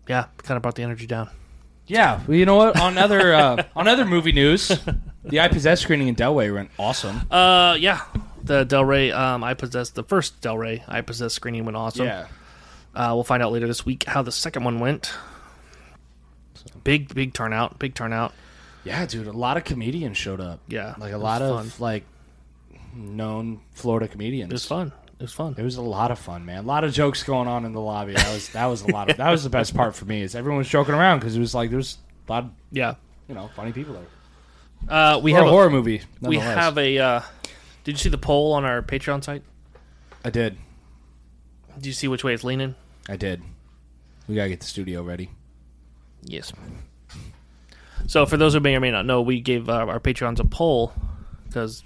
S1: Yeah, kind of brought the energy down.
S2: Yeah, well, you know what? On other uh, on other movie news, the I Possess screening in Delaware went awesome.
S1: Uh, yeah, the Del Rey. Um, I possessed the first Del Rey. I possessed screening went awesome.
S2: yeah,
S1: Uh, we'll find out later this week how the second one went. Big big turnout. Big turnout.
S2: yeah, dude, a lot of comedians showed up.
S1: Yeah,
S2: like
S1: it
S2: a
S1: was
S2: lot
S1: fun.
S2: of like known Florida comedians.
S1: It was fun. It was fun.
S2: It was a lot of fun, man. A lot of jokes going on in the lobby. That was that was a lot of that was the best part for me is everyone was joking around because it was like there's a lot of
S1: Yeah.
S2: you know funny people there.
S1: Uh, we
S2: We have
S1: have
S2: a
S1: a,
S2: horror movie.
S1: we have a. Uh, did you see the poll on our Patreon site?
S2: I did.
S1: Do you see which way it's leaning?
S2: I did. We gotta get the studio ready.
S1: Yes. So, for those who may or may not know, we gave uh, our Patreons a poll because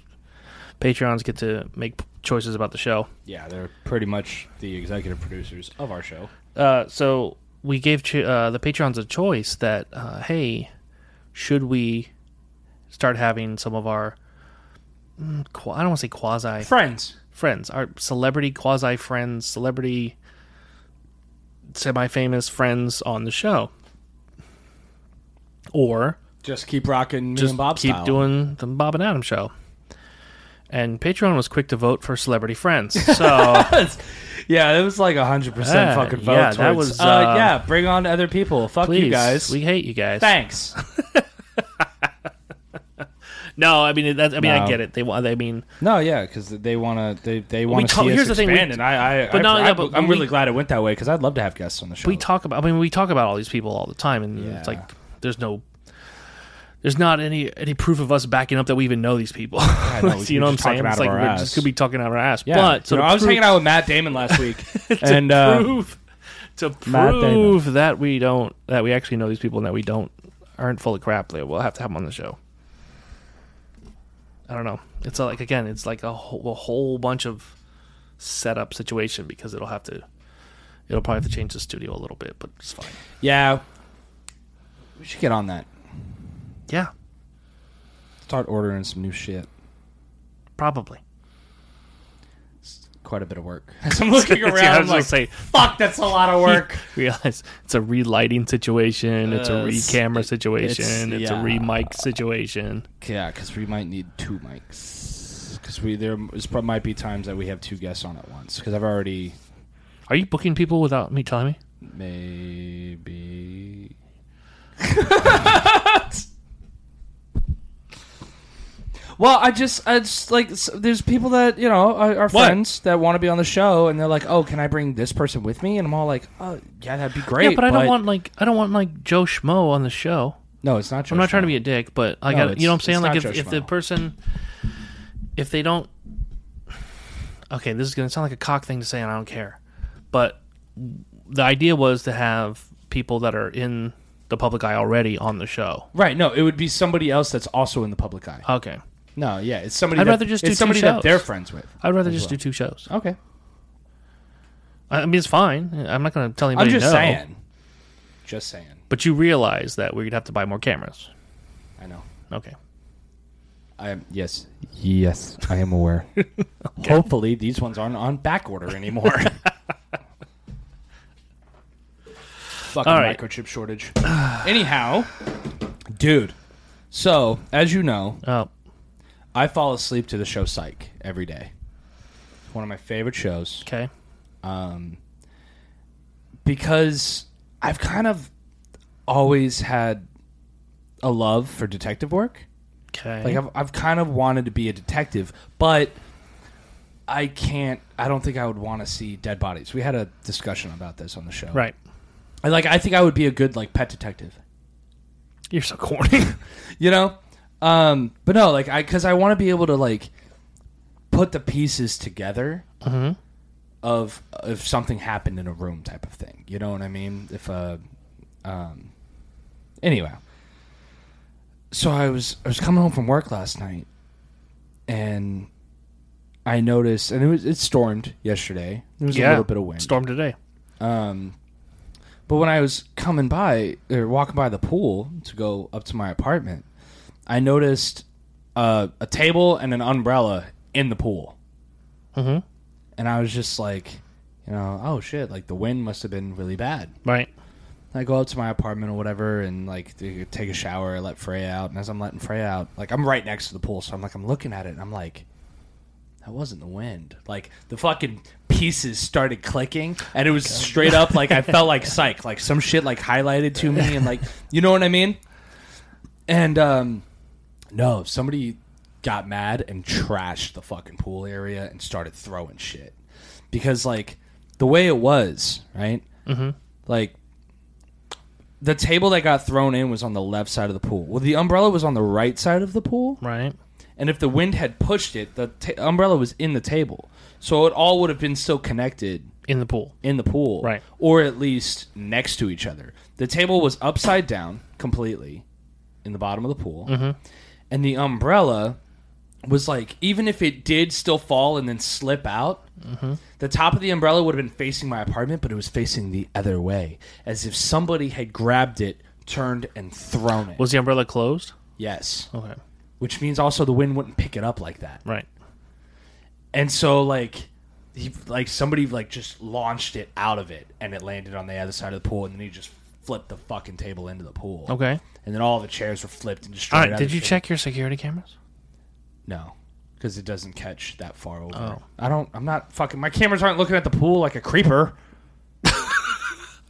S1: Patreons get to make choices about the show.
S2: Yeah, they're pretty much the executive producers of our show.
S1: Uh, so, we gave cho- uh, the Patreons a choice that, uh, hey, should we start having some of our, mm, qu- I don't want to say quasi
S2: Friends.
S1: friends, our celebrity quasi friends, celebrity semi famous friends on the show? Or
S2: Just keep rocking me and Bob
S1: keep
S2: style.
S1: doing the Bob and Adam show. And Patreon was quick to vote for celebrity friends. So
S2: yeah, it was like hundred
S1: Yeah,
S2: percent fucking vote.
S1: yeah, that
S2: towards-
S1: was,
S2: uh,
S1: uh,
S2: yeah. Bring on other people. Fuck
S1: please,
S2: you guys.
S1: we hate you guys.
S2: Thanks.
S1: No, I mean that, I mean I
S2: No.
S1: get it. They want. They mean
S2: No, yeah, because they want to. They they want to
S1: talk-
S2: see
S1: here's
S2: us
S1: the thing, we-
S2: expand, and I, I,
S1: but
S2: I,
S1: no,
S2: I,
S1: yeah, but
S2: I'm
S1: we-
S2: really glad it went that way because I'd love to have guests on the show.
S1: we talk about. I mean we talk about all these people all the time, and
S2: Yeah.
S1: it's like there's no. There's not any any proof of us backing up that we even know these people.
S2: no,
S1: Like, you
S2: we-
S1: know
S2: we're
S1: what I'm
S2: just talking
S1: saying?
S2: out
S1: It's
S2: of
S1: like
S2: our
S1: we
S2: ass.
S1: just could be talking out of our ass.
S2: yeah.
S1: But so
S2: you know,
S1: to
S2: I was
S1: prove-
S2: hanging out with Matt Damon last week, and
S1: to
S2: uh,
S1: prove to
S2: Matt Damon.
S1: prove that we don't that we actually know these people and that we don't aren't full of crap. like, We'll have to have them on the show. I don't know. It's like again, it's like a whole, a whole bunch of setup situation because it'll have to it'll probably have to change the studio a little bit, but it's fine.
S2: yeah, we should get on that.
S1: Yeah,
S2: Start ordering some new shit.
S1: probably.
S2: Quite a bit of work. As I'm looking
S1: Yeah, I
S2: around,
S1: was
S2: I'm
S1: gonna
S2: like,
S1: say-
S2: fuck, that's a lot of work.
S1: Realize it's a relighting situation, it's a
S2: Uh,
S1: re
S2: it's-
S1: camera
S2: it's-
S1: situation, it's, a
S2: yeah.
S1: re mic situation.
S2: yeah, because we might need two mics. Because we there is, prob- might be times that we have two guests on at once. Because I've already
S1: Are you booking people without me telling me?
S2: Maybe. well, I just, I just like, s- there's people that you know are, are
S1: What?
S2: friends that want to be on the show, and they're like, "Oh, can I bring this person with me?" And I'm all like, "Oh, yeah, that'd be great."
S1: yeah, but I don't want like I don't want like Joe Schmo on the show.
S2: No, it's not.
S1: I'm not trying to be a dick, but I
S2: No,
S1: got to you know what I'm
S2: it's-
S1: saying.
S2: it's
S1: Like if,
S2: not
S1: if the
S2: judgmental.
S1: person, if they don't, okay, this is gonna sound like a cock thing to say, and I don't care. But the idea was to have people that are in the public eye already on the show.
S2: Right? No, it would be somebody else that's also in the public eye.
S1: Okay,
S2: No, yeah, it's somebody.
S1: I'd
S2: that-
S1: rather just do
S2: it's
S1: two
S2: somebody
S1: shows.
S2: that they're friends with.
S1: I'd rather just do two shows.
S2: Okay,
S1: I I mean, it's fine. I'm not gonna tell anybody.
S2: I'm just
S1: no.
S2: saying. Just saying.
S1: But you realize that we'd have to buy more cameras.
S2: I know.
S1: Okay.
S2: I am yes, yes, I am aware. Hopefully, these ones aren't on back order anymore. Fucking
S1: All right.
S2: microchip shortage. Anyhow, dude. So as you know,
S1: Oh,
S2: I fall asleep to the show Psych every day. It's one of my favorite shows Um,
S1: okay.
S2: because I've kind of always had a love for detective work.
S1: Okay.
S2: Like I've, I've kind of wanted to be a detective, but I can't. I don't think I would want to see dead bodies. We had a discussion about this on the show.
S1: right.
S2: And, Like I think I would be a good like pet detective.
S1: You're so corny.
S2: You know. Um. But no. Like I because I want to be able to like put the pieces together.
S1: Mm-hmm.
S2: Of if something happened in a room type of thing. You know what I mean? If uh, um. Anyway. So I was I was coming home from work last night, and I noticed, and it was it stormed yesterday. There was a little bit of wind.
S1: Storm today.
S2: Um, but when I was coming by or walking by the pool to go up to my apartment, I noticed uh, a table and an umbrella in the pool,
S1: Mhm.
S2: and I was just like, you know, oh shit! Like the wind must have been really bad.
S1: Right.
S2: I go up to my apartment or whatever and like t- take a shower, let Freya out. And as I'm letting Freya out, like I'm right next to the pool, so I'm like I'm looking at it and I'm like, that wasn't the wind. Like the fucking pieces started clicking and it was straight up like I felt like psych, like some shit like highlighted to me and like you know what I mean? And um no, somebody got mad and trashed the fucking pool area and started throwing shit. Because like the way it was, right? Mm-hmm. Like the table that got thrown in was on the left side of the pool. Well, the umbrella was on the right side of the pool,
S1: Right.
S2: and if the wind had pushed it, the ta- umbrella was in the table, so it all would have been still connected
S1: In the pool.
S2: in the pool,
S1: Right.
S2: Or at least next to each other. The table was upside down completely in the bottom of the pool, and the umbrella was like even if it did still fall and then slip out. The top of the umbrella would have been facing my apartment, but it was facing the other way, as if somebody had grabbed it, turned, and thrown it.
S1: Was the umbrella closed?
S2: yes.
S1: Okay.
S2: Which means also the wind wouldn't pick it up like that.
S1: Right.
S2: And so like he like somebody like just launched it out of it and it landed on the other side of the pool and then he just flipped the fucking table into the pool.
S1: Okay.
S2: And then all the chairs were flipped and
S1: Oh.
S2: destroyed.
S1: All right.
S2: out of
S1: Did
S2: the
S1: you
S2: shit.
S1: check your security cameras?
S2: No. Because it doesn't catch that far over.
S1: Oh.
S2: I don't I'm not fucking my cameras aren't looking at the pool like a creeper.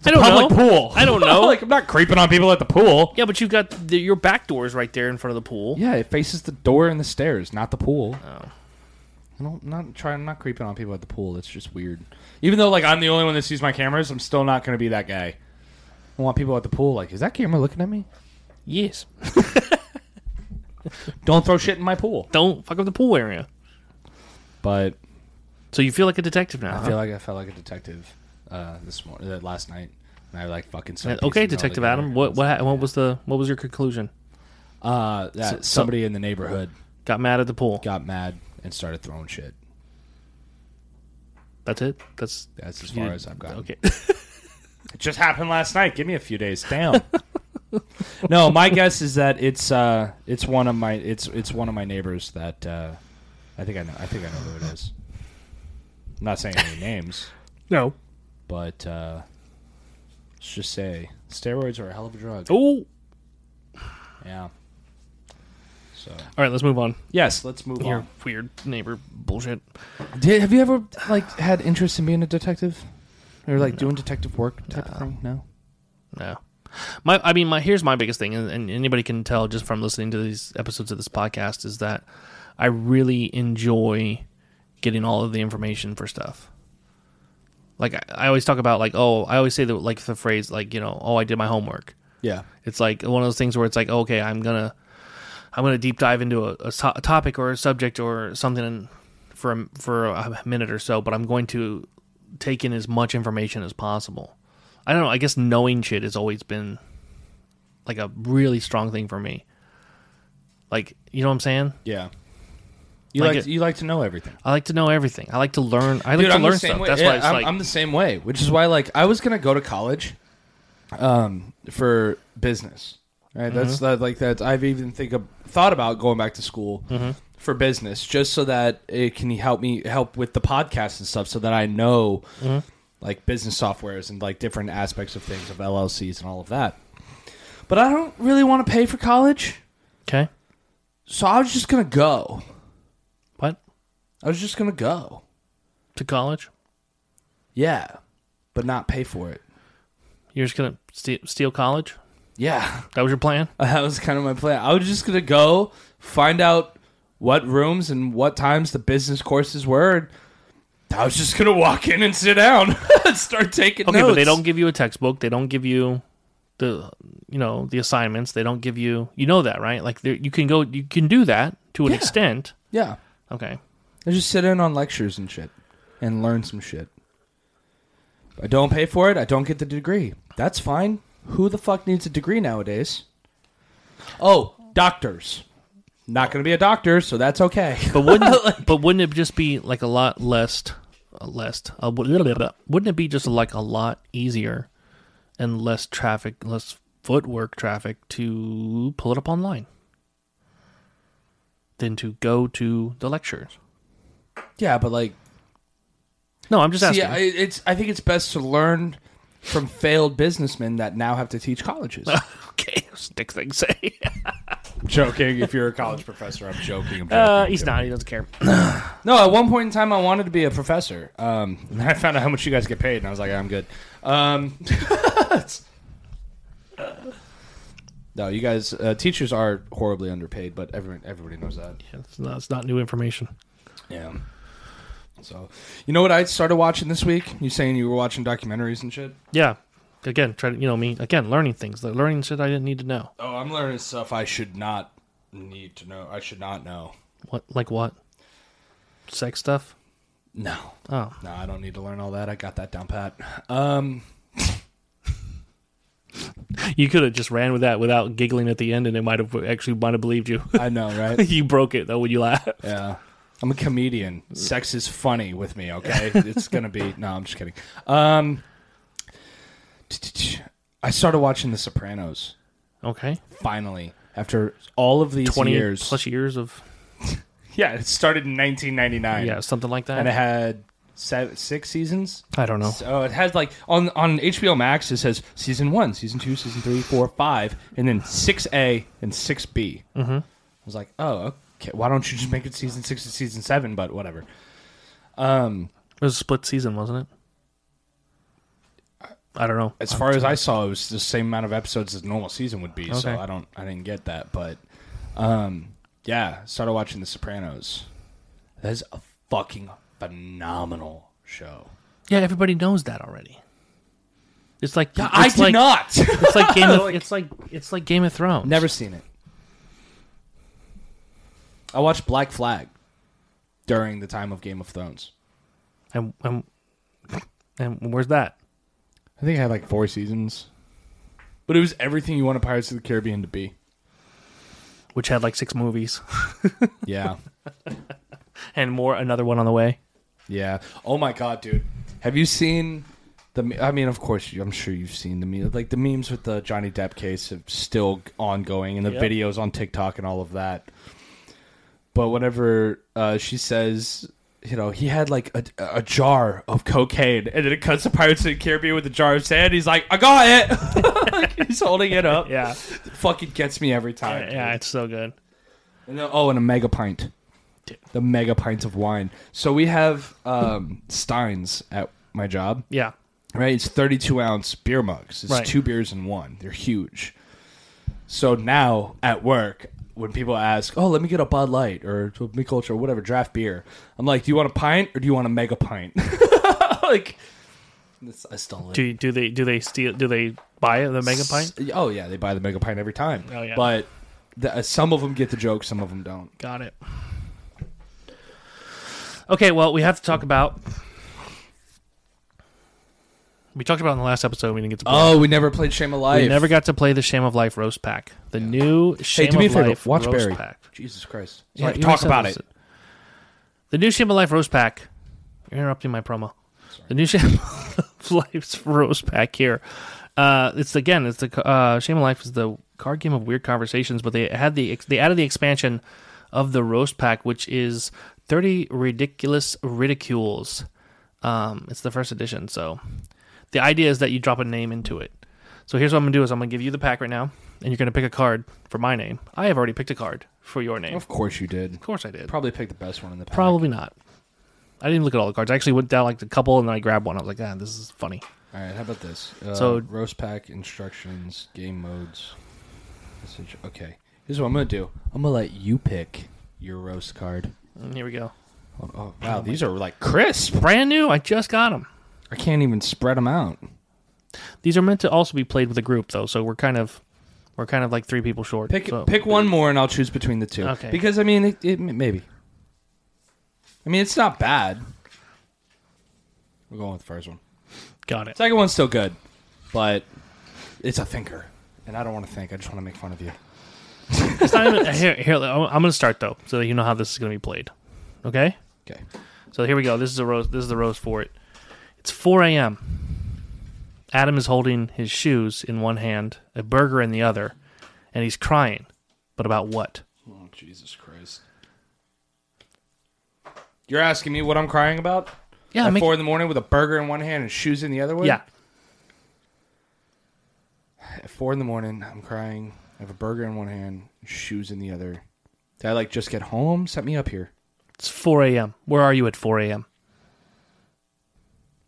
S1: I don't
S2: Public
S1: know.
S2: pool.
S1: I don't know.
S2: like I'm not creeping on people at the pool.
S1: Yeah, but you've got the, your back doors right there in front of the pool.
S2: Yeah, it faces the door and the stairs, not the pool.
S1: Oh.
S2: I don't I'm not trying I'm not creeping on people at the pool. That's just weird. Even though like I'm the only one that sees my cameras, I'm still not gonna be that guy. I want people at the pool like, is that camera looking at me?
S1: Yes.
S2: Don't throw shit in my pool.
S1: Don't fuck up the pool area.
S2: But
S1: So you feel like a detective now.
S2: I feel like I felt like a detective uh, this morning, uh, last night, and I like fucking.
S1: huh?
S2: said,
S1: okay, Detective Adam. What what ha- what was the what was your conclusion?
S2: Uh, that
S1: So- so-
S2: somebody in the neighborhood
S1: Got mad at the pool.
S2: got mad and started throwing shit.
S1: That's it. That's
S2: That's as
S1: you-
S2: far as I've gotten.
S1: Okay.
S2: It just happened last night. Give me a few days. Damn. no, my guess is that it's uh, it's one of my it's it's one of my neighbors that uh, I think I know I think I know who it is. I'm not saying any names,
S1: no.
S2: but uh, let's just say steroids are a hell of a drug.
S1: Oh.
S2: Yeah. So
S1: All right. Let's move on.
S2: yes, let's move
S1: Your weird neighbor bullshit.
S2: on. Did, have you ever like had interest in being a detective, or like doing detective work type of thing? No.
S1: No. My, I mean, my here's my biggest thing, and, and anybody can tell just from listening to these episodes of this podcast is that I really enjoy getting all of the information for stuff. Like I, I always talk about, like oh, I always say the like the phrase like you know, oh, I did my homework.
S2: Yeah.
S1: It's like one of those things where it's like, okay, I'm gonna, I'm gonna deep dive into a, a, to- a topic or a subject or something for a, for a minute or so, but I'm going to take in as much information as possible. I don't know. I guess knowing shit has always been like a really strong thing for me. Like, you know what I'm saying?
S2: Yeah. You
S1: Like
S2: like,
S1: it-
S2: you like to know everything.
S1: I like to know everything. I like to learn. I like
S2: Dude,
S1: to
S2: I'm the
S1: learn
S2: same
S1: stuff.
S2: way.
S1: That's
S2: Yeah,
S1: why it's
S2: I'm,
S1: like
S2: I'm the same way, which is why like I was gonna go to college, um, for business. Right,
S1: Mm-hmm.
S2: that's that, like that. I've even think of, thought about going back to school
S1: Mm-hmm.
S2: for business, just so that it can help me help with the podcast and stuff, so that I know
S1: Mm-hmm.
S2: like business softwares and like different aspects of things of LLCs and all of that. But I don't really want to pay for college,
S1: okay.
S2: so I was just gonna go.
S1: What
S2: I was just gonna go.
S1: to college?
S2: Yeah, but not pay for it.
S1: You're just gonna ste- steal college?
S2: Yeah.
S1: That was your plan?
S2: That was kind of my plan. I was just gonna go find out what rooms and what times the business courses were. and I was just gonna walk in and sit down and start taking
S1: Okay,
S2: notes.
S1: but they don't give you a textbook. They don't give you the you know the assignments. They don't give you you know that right? Like there, you can go you can do that to an
S2: Yeah.
S1: extent.
S2: Yeah,
S1: Okay,
S2: I just sit in on lectures and shit and learn some shit. I don't pay for it. I don't get the degree. That's fine. Who the fuck needs a degree nowadays? Oh, doctors. Not gonna be a doctor, so that's okay.
S1: but wouldn't but wouldn't it just be like a lot less uh, less uh, w- little bit- wouldn't it be just like a lot easier and less traffic less footwork traffic to pull it up online than to go to the lectures?
S2: yeah, but like
S1: No, I'm just asking.
S2: See, I, it's. I think it's best to learn from failed businessmen that now have to teach colleges.
S1: okay, stick things say.
S2: joking. If you're a college professor, I'm joking. I'm joking.
S1: Uh, he's not. He doesn't care.
S2: No, at one point in time, I wanted to be a professor. Um, and I found out how much you guys get paid, and I was like, I'm good. Um, no, you guys, uh, teachers are horribly underpaid, but everyone, everybody knows that.
S1: It's not, it's not new information.
S2: Yeah. So, you know what I started watching this week? You saying you were watching documentaries and shit?
S1: Yeah. Again, try to you know me again learning things, like learning shit I didn't need to know.
S2: Oh, I'm learning stuff I should not need to know. I should not know.
S1: What like what? Sex stuff.
S2: No.
S1: Oh,
S2: No, I don't need to learn all that. I got that down pat. Um,
S1: you could have just ran with that without giggling at the end, and they might have actually might have believed you.
S2: I know, right?
S1: you broke it though when you laughed.
S2: Yeah. I'm a comedian. Sex is funny with me, okay? It's going to be. No, I'm just kidding. Um, I started watching The Sopranos
S1: Okay,
S2: finally after all of these
S1: twenty
S2: years.
S1: plus years of
S2: Yeah, it started in 1999.
S1: yeah, something like
S2: And it
S1: that.
S2: had seven, six seasons.
S1: I don't know.
S2: So it has like on on HBO Max it says season one, season two, season three, four, five, and then six A and six B. Mm-hmm. I was like, oh, okay. Why don't you just make it season six and season seven? But whatever.
S1: It was a split season, wasn't it? I don't know.
S2: As far as I saw, it was the same amount of episodes as normal season would be.
S1: Okay.
S2: So I don't, I didn't get that. But um, yeah, started watching The Sopranos. That's a fucking phenomenal show.
S1: Yeah, everybody knows that already. It's like
S2: I
S1: it's
S2: did
S1: like,
S2: not.
S1: It's like Game of it's like it's like Game of Thrones.
S2: Never seen it. I watched Black Flag during the time of Game of Thrones.
S1: And, and and where's that?
S2: I think I had like four seasons, but it was everything you want a Pirates of the Caribbean to be.
S1: Which had like six movies
S2: Yeah.
S1: and more. Another one on the way.
S2: Yeah. Oh my god, dude. Have you seen the? me- I mean, of course, you- I'm sure you've seen the meme. Like the memes with the Johnny Depp case are still ongoing, and the
S1: Yep.
S2: videos on TikTok and all of that. But whenever uh, she says, you know, he had like a, a jar of cocaine, and then it cuts to Pirates of the Caribbean with a jar of sand. He's like, I got it. he's holding it up.
S1: Yeah,
S2: It fucking gets me every time. dude.
S1: yeah, it's so good.
S2: And then- oh, and a mega pint. The mega pints of wine. So we have um, Steins at my job,
S1: Yeah,
S2: right? It's 32 ounce beer mugs. It's
S1: Right.
S2: two beers in one. They're huge. So now at work, when people ask, oh, let me get a Bud Light or me culture or whatever, draft beer, I'm like, do you want a pint or do you want a mega pint? like, it's- I still
S1: do do they do they steal? Do they buy the mega pint?
S2: Oh, yeah. They buy the mega pint every time.
S1: Oh, yeah.
S2: But the, uh, some of them get the joke, some of them don't.
S1: Got it. Okay, well, we have to talk about. We talked about in the last episode. We didn't get to. Play.
S2: Oh, we never played Shame of Life.
S1: we never got to play the Shame of Life roast pack. The new Shame
S2: Hey, do me a
S1: of
S2: favor.
S1: Life
S2: Watch
S1: roast
S2: Barry.
S1: pack.
S2: Jesus Christ.
S1: Yeah, you already said this. The new Shame of Life roast pack. You're interrupting my promo. The new Shame of Life's roast pack here. Uh, it's again, it's the uh, Shame of Life is the card game of weird conversations, but they had the ex- they added the expansion of the roast pack, which is thirty ridiculous ridicules. Um, it's the first edition, so the idea is that you drop a name into it. So here's what I'm gonna do: is I'm gonna give you the pack right now, and you're gonna pick a card for my name. I have already picked a card for your name.
S2: Of course you did.
S1: Of course, I did.
S2: Probably picked the best one in the pack.
S1: Probably not. I didn't look at all the cards. I actually went down like a couple and then I grabbed one. I was like, ah, this is funny.
S2: All right, how about this? Uh,
S1: So-
S2: roast pack instructions, game modes. Message- Okay. Here's what I'm going to do. I'm going to let you pick your roast card.
S1: And Mm, here we go.
S2: Oh, oh, wow, these are like crisp.
S1: Brand new. I just got them.
S2: I can't even spread them out.
S1: These are meant to also be played with a group though, so we're kind of we're kind of like three people short.
S2: Pick
S1: so-
S2: pick one more and I'll choose between the two.
S1: Okay.
S2: Because I mean, it, it maybe. I mean, it's not bad. We're going with the first one.
S1: Got it.
S2: Second one's still good, but it's a thinker, and I don't want to think. I just want to make fun of you.
S1: It's not even- here, here. I'm I'm gonna start though, so that you know how this is gonna be played. Okay.
S2: Okay.
S1: So here we go. This is a roast. This is the roast for it. It's 4 a.m. Adam is holding his shoes in one hand, a burger in the other, and he's crying. But about what?
S2: Oh Jesus Christ! You're asking me what I'm crying about
S1: Yeah,
S2: at
S1: make-
S2: four in the morning with a burger in one hand and shoes in the other one?
S1: yeah.
S2: At four in the morning, I'm crying. I have a burger in one hand, shoes in the other. Did I like just get home? Set me up here.
S1: It's 4 a.m. Where are you at 4 a.m.?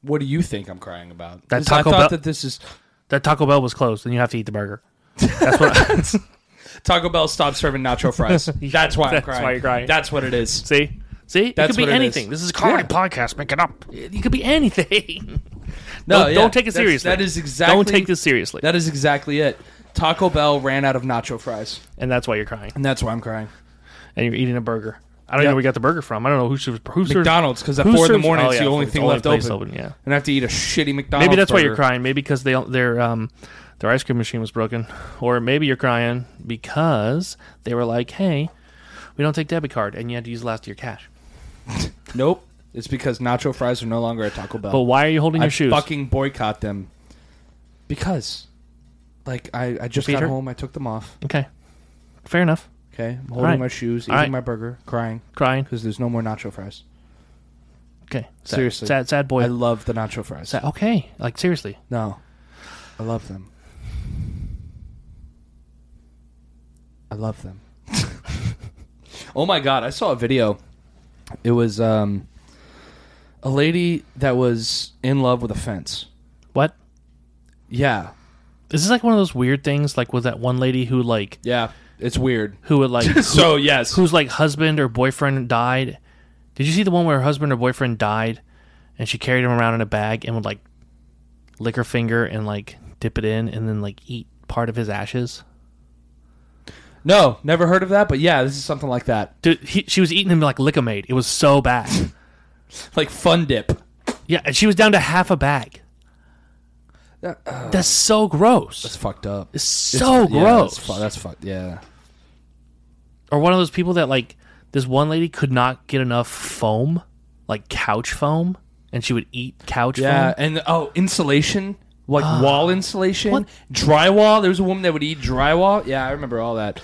S2: What do you think I'm crying about?
S1: That
S2: This-
S1: Taco
S2: I thought
S1: Bell-
S2: that this is
S1: That Taco Bell was closed, and you have to eat the burger.
S2: Taco Bell stopped serving nacho fries. That's why I'm
S1: That's
S2: crying.
S1: why you're crying.
S2: That's what it is.
S1: See, see,
S2: That's
S1: it could
S2: what
S1: be
S2: it
S1: anything.
S2: is.
S1: This is a comedy podcast. Make it up. It it could be anything.
S2: No,
S1: don't,
S2: yeah,
S1: don't take it
S2: that's-
S1: seriously.
S2: that is exactly-
S1: Don't take this seriously,
S2: That is exactly it. Taco Bell ran out of nacho fries,
S1: and that's why you're crying
S2: and that's why I'm crying.
S1: and you're eating a burger. I don't
S2: Yeah.
S1: know where we got the burger from. I don't know who serves. Who serves
S2: McDonald's because at
S1: who
S2: four in the
S1: serves-
S2: morning
S1: oh,
S2: it's
S1: yeah,
S2: the only
S1: it's
S2: thing
S1: the only
S2: left
S1: place
S2: open.
S1: open, yeah.
S2: and I have to eat a shitty McDonald's.
S1: Maybe that's why you're
S2: burger.
S1: crying. Maybe because they their um their ice cream machine was broken, or maybe you're crying because they were like, "Hey, we don't take debit card, and you had to use the last of your cash."
S2: Nope, it's because nacho fries are no longer at Taco Bell.
S1: But why are you holding
S2: Oh. I
S1: your shoes?
S2: fucking boycott them because, like, I, I just got
S1: Peter?
S2: home. I took them off.
S1: okay, fair enough.
S2: Okay, I'm holding
S1: right.
S2: my shoes, eating
S1: All right.
S2: my burger, crying
S1: Crying.
S2: because there's no more nacho fries.
S1: Okay, sad,
S2: Seriously.
S1: sad, sad boy.
S2: I love the nacho fries.
S1: sad, okay, like seriously.
S2: No, I love them. I love them. oh my god, I saw a video. It was um, a lady that was in love with a fence.
S1: What?
S2: Yeah,
S1: Is this like one of those weird things? Like with that one lady who like
S2: yeah, it's weird.
S1: who would like who-
S2: so yes,
S1: whose like husband or boyfriend died. Did you see the one where her husband or boyfriend died, and she carried him around in a bag and would like lick her finger and like dip it in and then like eat part of his ashes?
S2: no, never heard of that, but yeah, this is something like that,
S1: Dude, he, she was eating him like Lickamade. It was so bad.
S2: like fun dip.
S1: yeah, and she was down to half a bag.
S2: That-
S1: That's so gross.
S2: It's fucked up.
S1: It's so
S2: yeah,
S1: gross.
S2: That's, fu- that's fucked. Yeah.
S1: or one of those people that like this one lady could not get enough foam, like couch foam, and she would eat couch
S2: Yeah,
S1: foam.
S2: and oh, insulation, like
S1: Ah.
S2: wall insulation, drywall. There was a woman that would eat drywall. Yeah, I remember all that.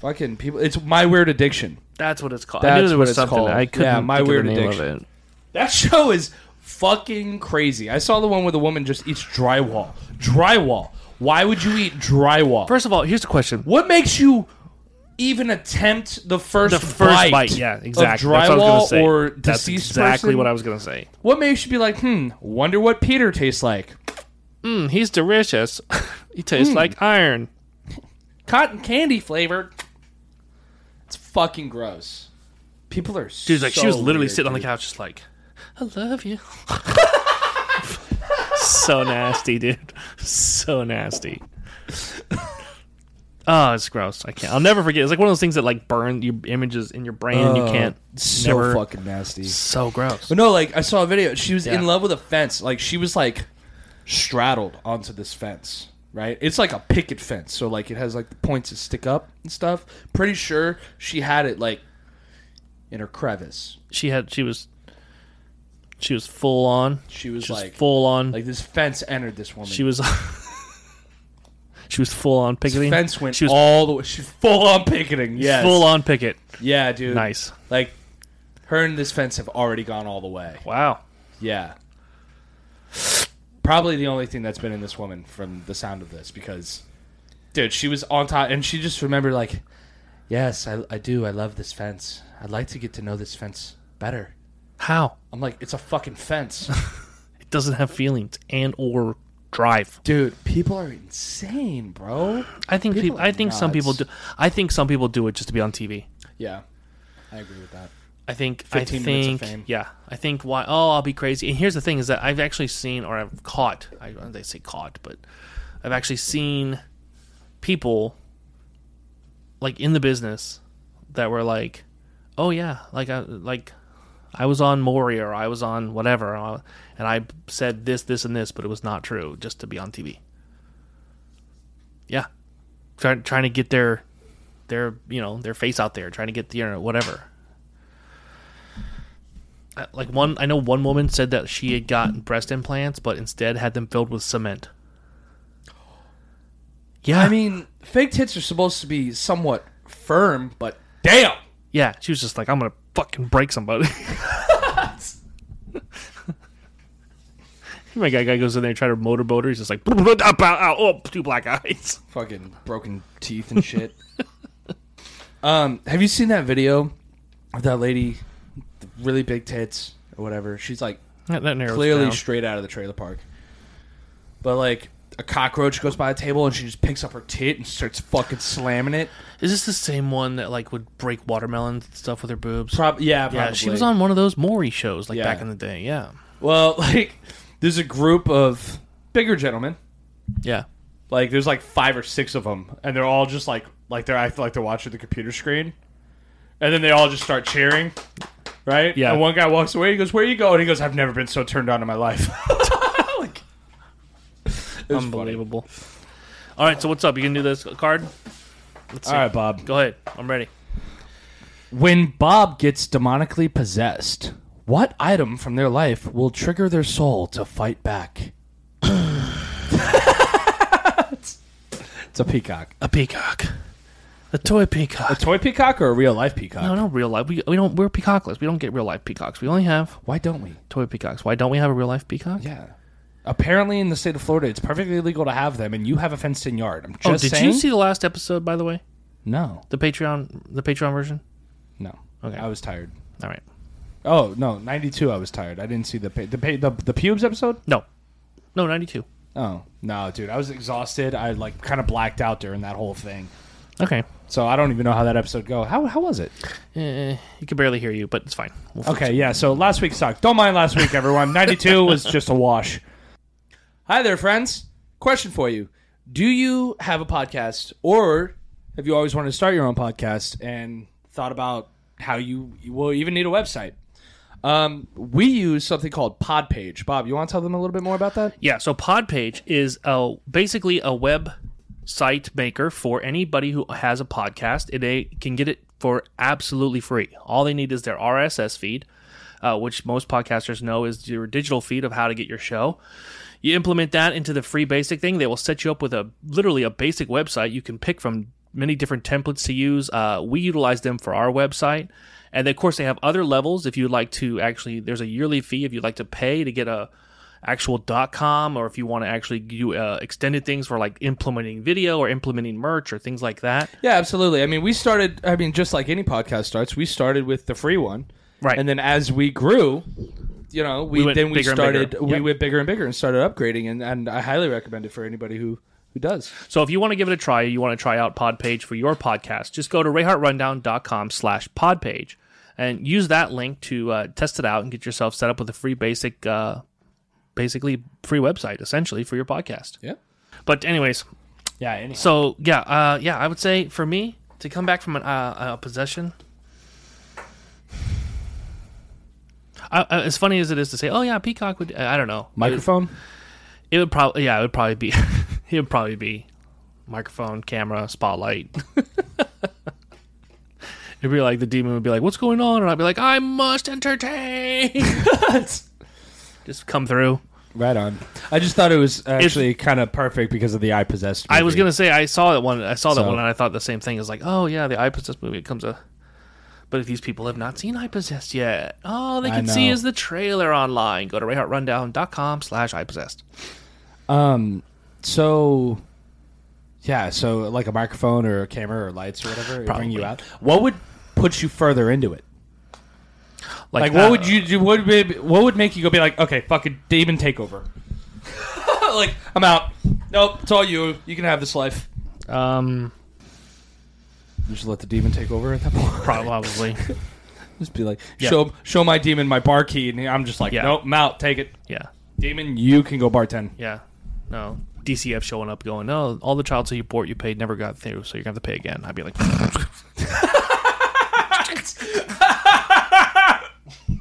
S2: Fucking people, it's my weird addiction.
S1: That's what it's called. I
S2: That's
S1: knew there
S2: what
S1: was
S2: it's
S1: something.
S2: called.
S1: I couldn't
S2: Yeah, my
S1: think
S2: weird
S1: of the name
S2: addiction.
S1: of it.
S2: That show is fucking crazy. I saw the one where the woman just eats drywall. Drywall. Why would you eat drywall?
S1: First of all, here's the question.
S2: what makes you even attempt the first
S1: The first bite, yeah, exactly.
S2: of drywall
S1: That's what I was gonna say.
S2: or
S1: That's
S2: deceased
S1: exactly
S2: person?
S1: what I was gonna say.
S2: What makes you be like, hmm? Wonder what Peter tastes like.
S1: Mm, he's delicious. he
S2: Hmm.
S1: tastes like iron.
S2: cotton candy flavored. It's fucking gross. People are.
S1: Dude, like she was literally sitting on the
S2: couch.
S1: couch, just like, I love you. so nasty, dude. So nasty. Oh, it's gross. I can't. I'll never forget. It's like one of those things that like burn your images in your brain and you can't.
S2: So
S1: never-
S2: fucking nasty.
S1: So gross.
S2: But no, like I saw a video. She was
S1: Yeah.
S2: in love with a fence. Like she was like straddled onto this fence. Right, it's like a picket fence. So like it has like the points that stick up and stuff. Pretty sure she had it like in her crevice.
S1: She had. She was. She was full on.
S2: She was
S1: She was
S2: like,
S1: full on.
S2: like this fence entered this woman.
S1: she was. she was full on picketing.
S2: fence went
S1: She was
S2: all the way. She's full on picketing. Yes.
S1: full on picket.
S2: Yeah, dude.
S1: Nice.
S2: Like, her and this fence have already gone all the way.
S1: Wow.
S2: Yeah. Probably the only thing that's been in this woman from the sound of this because, dude, she was on top and she just remembered, like, yes, I, I do. I love this fence. I'd like to get to know this fence better.
S1: How?
S2: I'm like, it's a fucking fence.
S1: It doesn't have feelings and or drive.
S2: dude, people are insane, bro.
S1: I think
S2: People
S1: people, I
S2: are
S1: think some people do.
S2: nuts.
S1: I think some people do it just to be on TV.
S2: Yeah. I agree with that.
S1: I think
S2: 15
S1: I
S2: minutes of
S1: think
S2: fame.
S1: yeah. I think why oh I'll be crazy. And here's the thing is that I've actually seen or I've caught. I don't know if they say caught, but I've actually seen people like in the business that were like, oh yeah, like I like I was on Maury or I was on whatever, uh, and I said this, this, and this, but it was not true just to be on TV. Yeah, trying trying to get their their you know their face out there, trying to get the internet, whatever. I- Like one, I know one woman said that she had gotten breast implants, but instead had them filled with cement. Yeah,
S2: I mean, fake tits are supposed to be somewhat firm, but damn.
S1: Yeah, she was just like, I'm gonna fucking break somebody. My guy, guy goes in there and try to motorboat her. He's just like, oh, two black eyes.
S2: fucking broken teeth and shit. um, have you seen that video of that lady, the really big tits or whatever? She's like
S1: That, that narrows
S2: clearly
S1: down.
S2: straight out of the trailer park. But like a cockroach goes by a table and she just picks up her tit and starts fucking slamming it.
S1: Is this the same one that like would break watermelon stuff with her boobs?
S2: Prob- yeah, probably.
S1: yeah, she was on one of those Maury shows like
S2: Yeah.
S1: back in the day. Yeah,
S2: Well, like there's a group of bigger gentlemen.
S1: yeah.
S2: Like there's like five or six of them, and they're all just like like they're acting like they're watching the computer screen, and then they all just start cheering, right?
S1: Yeah.
S2: And one guy walks away. He goes, "Where you go?" And he goes, "I've never been so turned on in my life." Like, it was funny.
S1: Unbelievable. All right, so what's up? You can do this card. Let's see.
S2: All right, Bob.
S1: Go ahead. I'm ready.
S2: When Bob gets demonically possessed, what item from their life will trigger their soul to fight back? it's, it's a peacock.
S1: A peacock, a toy peacock.
S2: Toy peacock or a real life peacock?
S1: no, no, real life. We, we don't. We're peacockless. We don't get real life peacocks. We only have
S2: Why don't we?
S1: toy peacocks. Why don't we have a real life peacock?
S2: Yeah. Apparently, in the state of Florida, it's perfectly legal to have them, and you have a fenced-in yard. I'm just
S1: Oh, did
S2: saying.
S1: you see the last episode? By the way,
S2: no,
S1: the Patreon, the Patreon version.
S2: no.
S1: Okay.
S2: I was tired.
S1: All right.
S2: Oh no, 92. I was tired. I didn't see the pa- the pa- the, the pubes episode.
S1: No, no, ninety two.
S2: Oh no, dude, I was exhausted. I like kind of blacked out during that whole thing.
S1: Okay.
S2: So I don't even know how that episode go. How how was it?
S1: Eh, you can barely hear you, but it's fine. We'll fix
S2: Okay, yeah. So last week sucked. Don't mind last week, everyone. 92 was just a wash. Hi there, friends. Question for you. Do you have a podcast or have you always wanted to start your own podcast and thought about how you you will even need a website? Um, we use something called Podpage. Bob, you want to tell them a little bit more about that?
S1: Yeah, so Podpage is a, basically a web site maker for anybody who has a podcast, and they can get it for absolutely free. All they need is their RSS feed, uh, which most podcasters know is your digital feed of how to get your show. You implement that into the free basic thing, they will set you up with a literally a basic website you can pick from many different templates to use. Uh, we utilize them for our website. And then, of course, they have other levels if you'd like to actually, there's a yearly fee if you'd like to pay to get a actual .com or if you want to actually do uh, extended things for like implementing video or implementing merch or things like that.
S2: Yeah, absolutely. I mean, we started. I mean, just like any podcast starts, we started with the free one,
S1: Right.
S2: And then as we grew, you know, we,
S1: We went
S2: then we
S1: bigger and
S2: started.
S1: bigger.
S2: We
S1: Yep.
S2: went bigger and bigger and started upgrading, and, and I highly recommend it for anybody who who does.
S1: So if you want to give it a try, you want to try out Podpage for your podcast, just go to rayhartrundown.com slash podpage and use that link to uh, test it out and get yourself set up with a free basic, uh, basically free website essentially for your podcast.
S2: Yeah,
S1: But anyways,
S2: yeah. Anyhow.
S1: so yeah, uh, yeah, I would say for me to come back from an, uh, a possession. I, I, as funny as it is to say, oh yeah, Peacock would. I don't know.
S2: Microphone.
S1: It would probably yeah, it would probably be it would probably be microphone, camera, spotlight. It'd be like the demon would be like, "What's going on?" and I'd be like, "I must entertain." Just come through.
S2: right on. I just thought it was actually kind of perfect because of the I possessed.
S1: I was
S2: movie.
S1: gonna say I saw that one. I saw that
S2: So-
S1: one, and I thought the same thing. Is like, oh yeah, the I possessed movie. It comes a, but if these people have not seen I possessed yet, all they
S2: I
S1: can see
S2: know.
S1: is the trailer online. Go to rayhartrundown.com slash I possessed.
S2: Um. So. Yeah, so like a microphone or a camera or lights or whatever, it bring
S1: Probably.
S2: you out. What would put you further into it? Like,
S1: that-
S2: what would you do? What would, what would make you go be like, okay, fucking demon takeover? like, I'm out. Nope, it's all you. You can have this life.
S1: Um,
S2: Just let the demon take over at that point.
S1: probably.
S2: Just be like,
S1: Yeah.
S2: show show my demon my bar key, and I'm just like,
S1: Yeah.
S2: nope, I'm out. Take it,
S1: yeah.
S2: demon. You can go bartend.
S1: Yeah. No. DCF showing up going, no, all the child support you paid never got through, so you're going to have to pay again. I'd be like,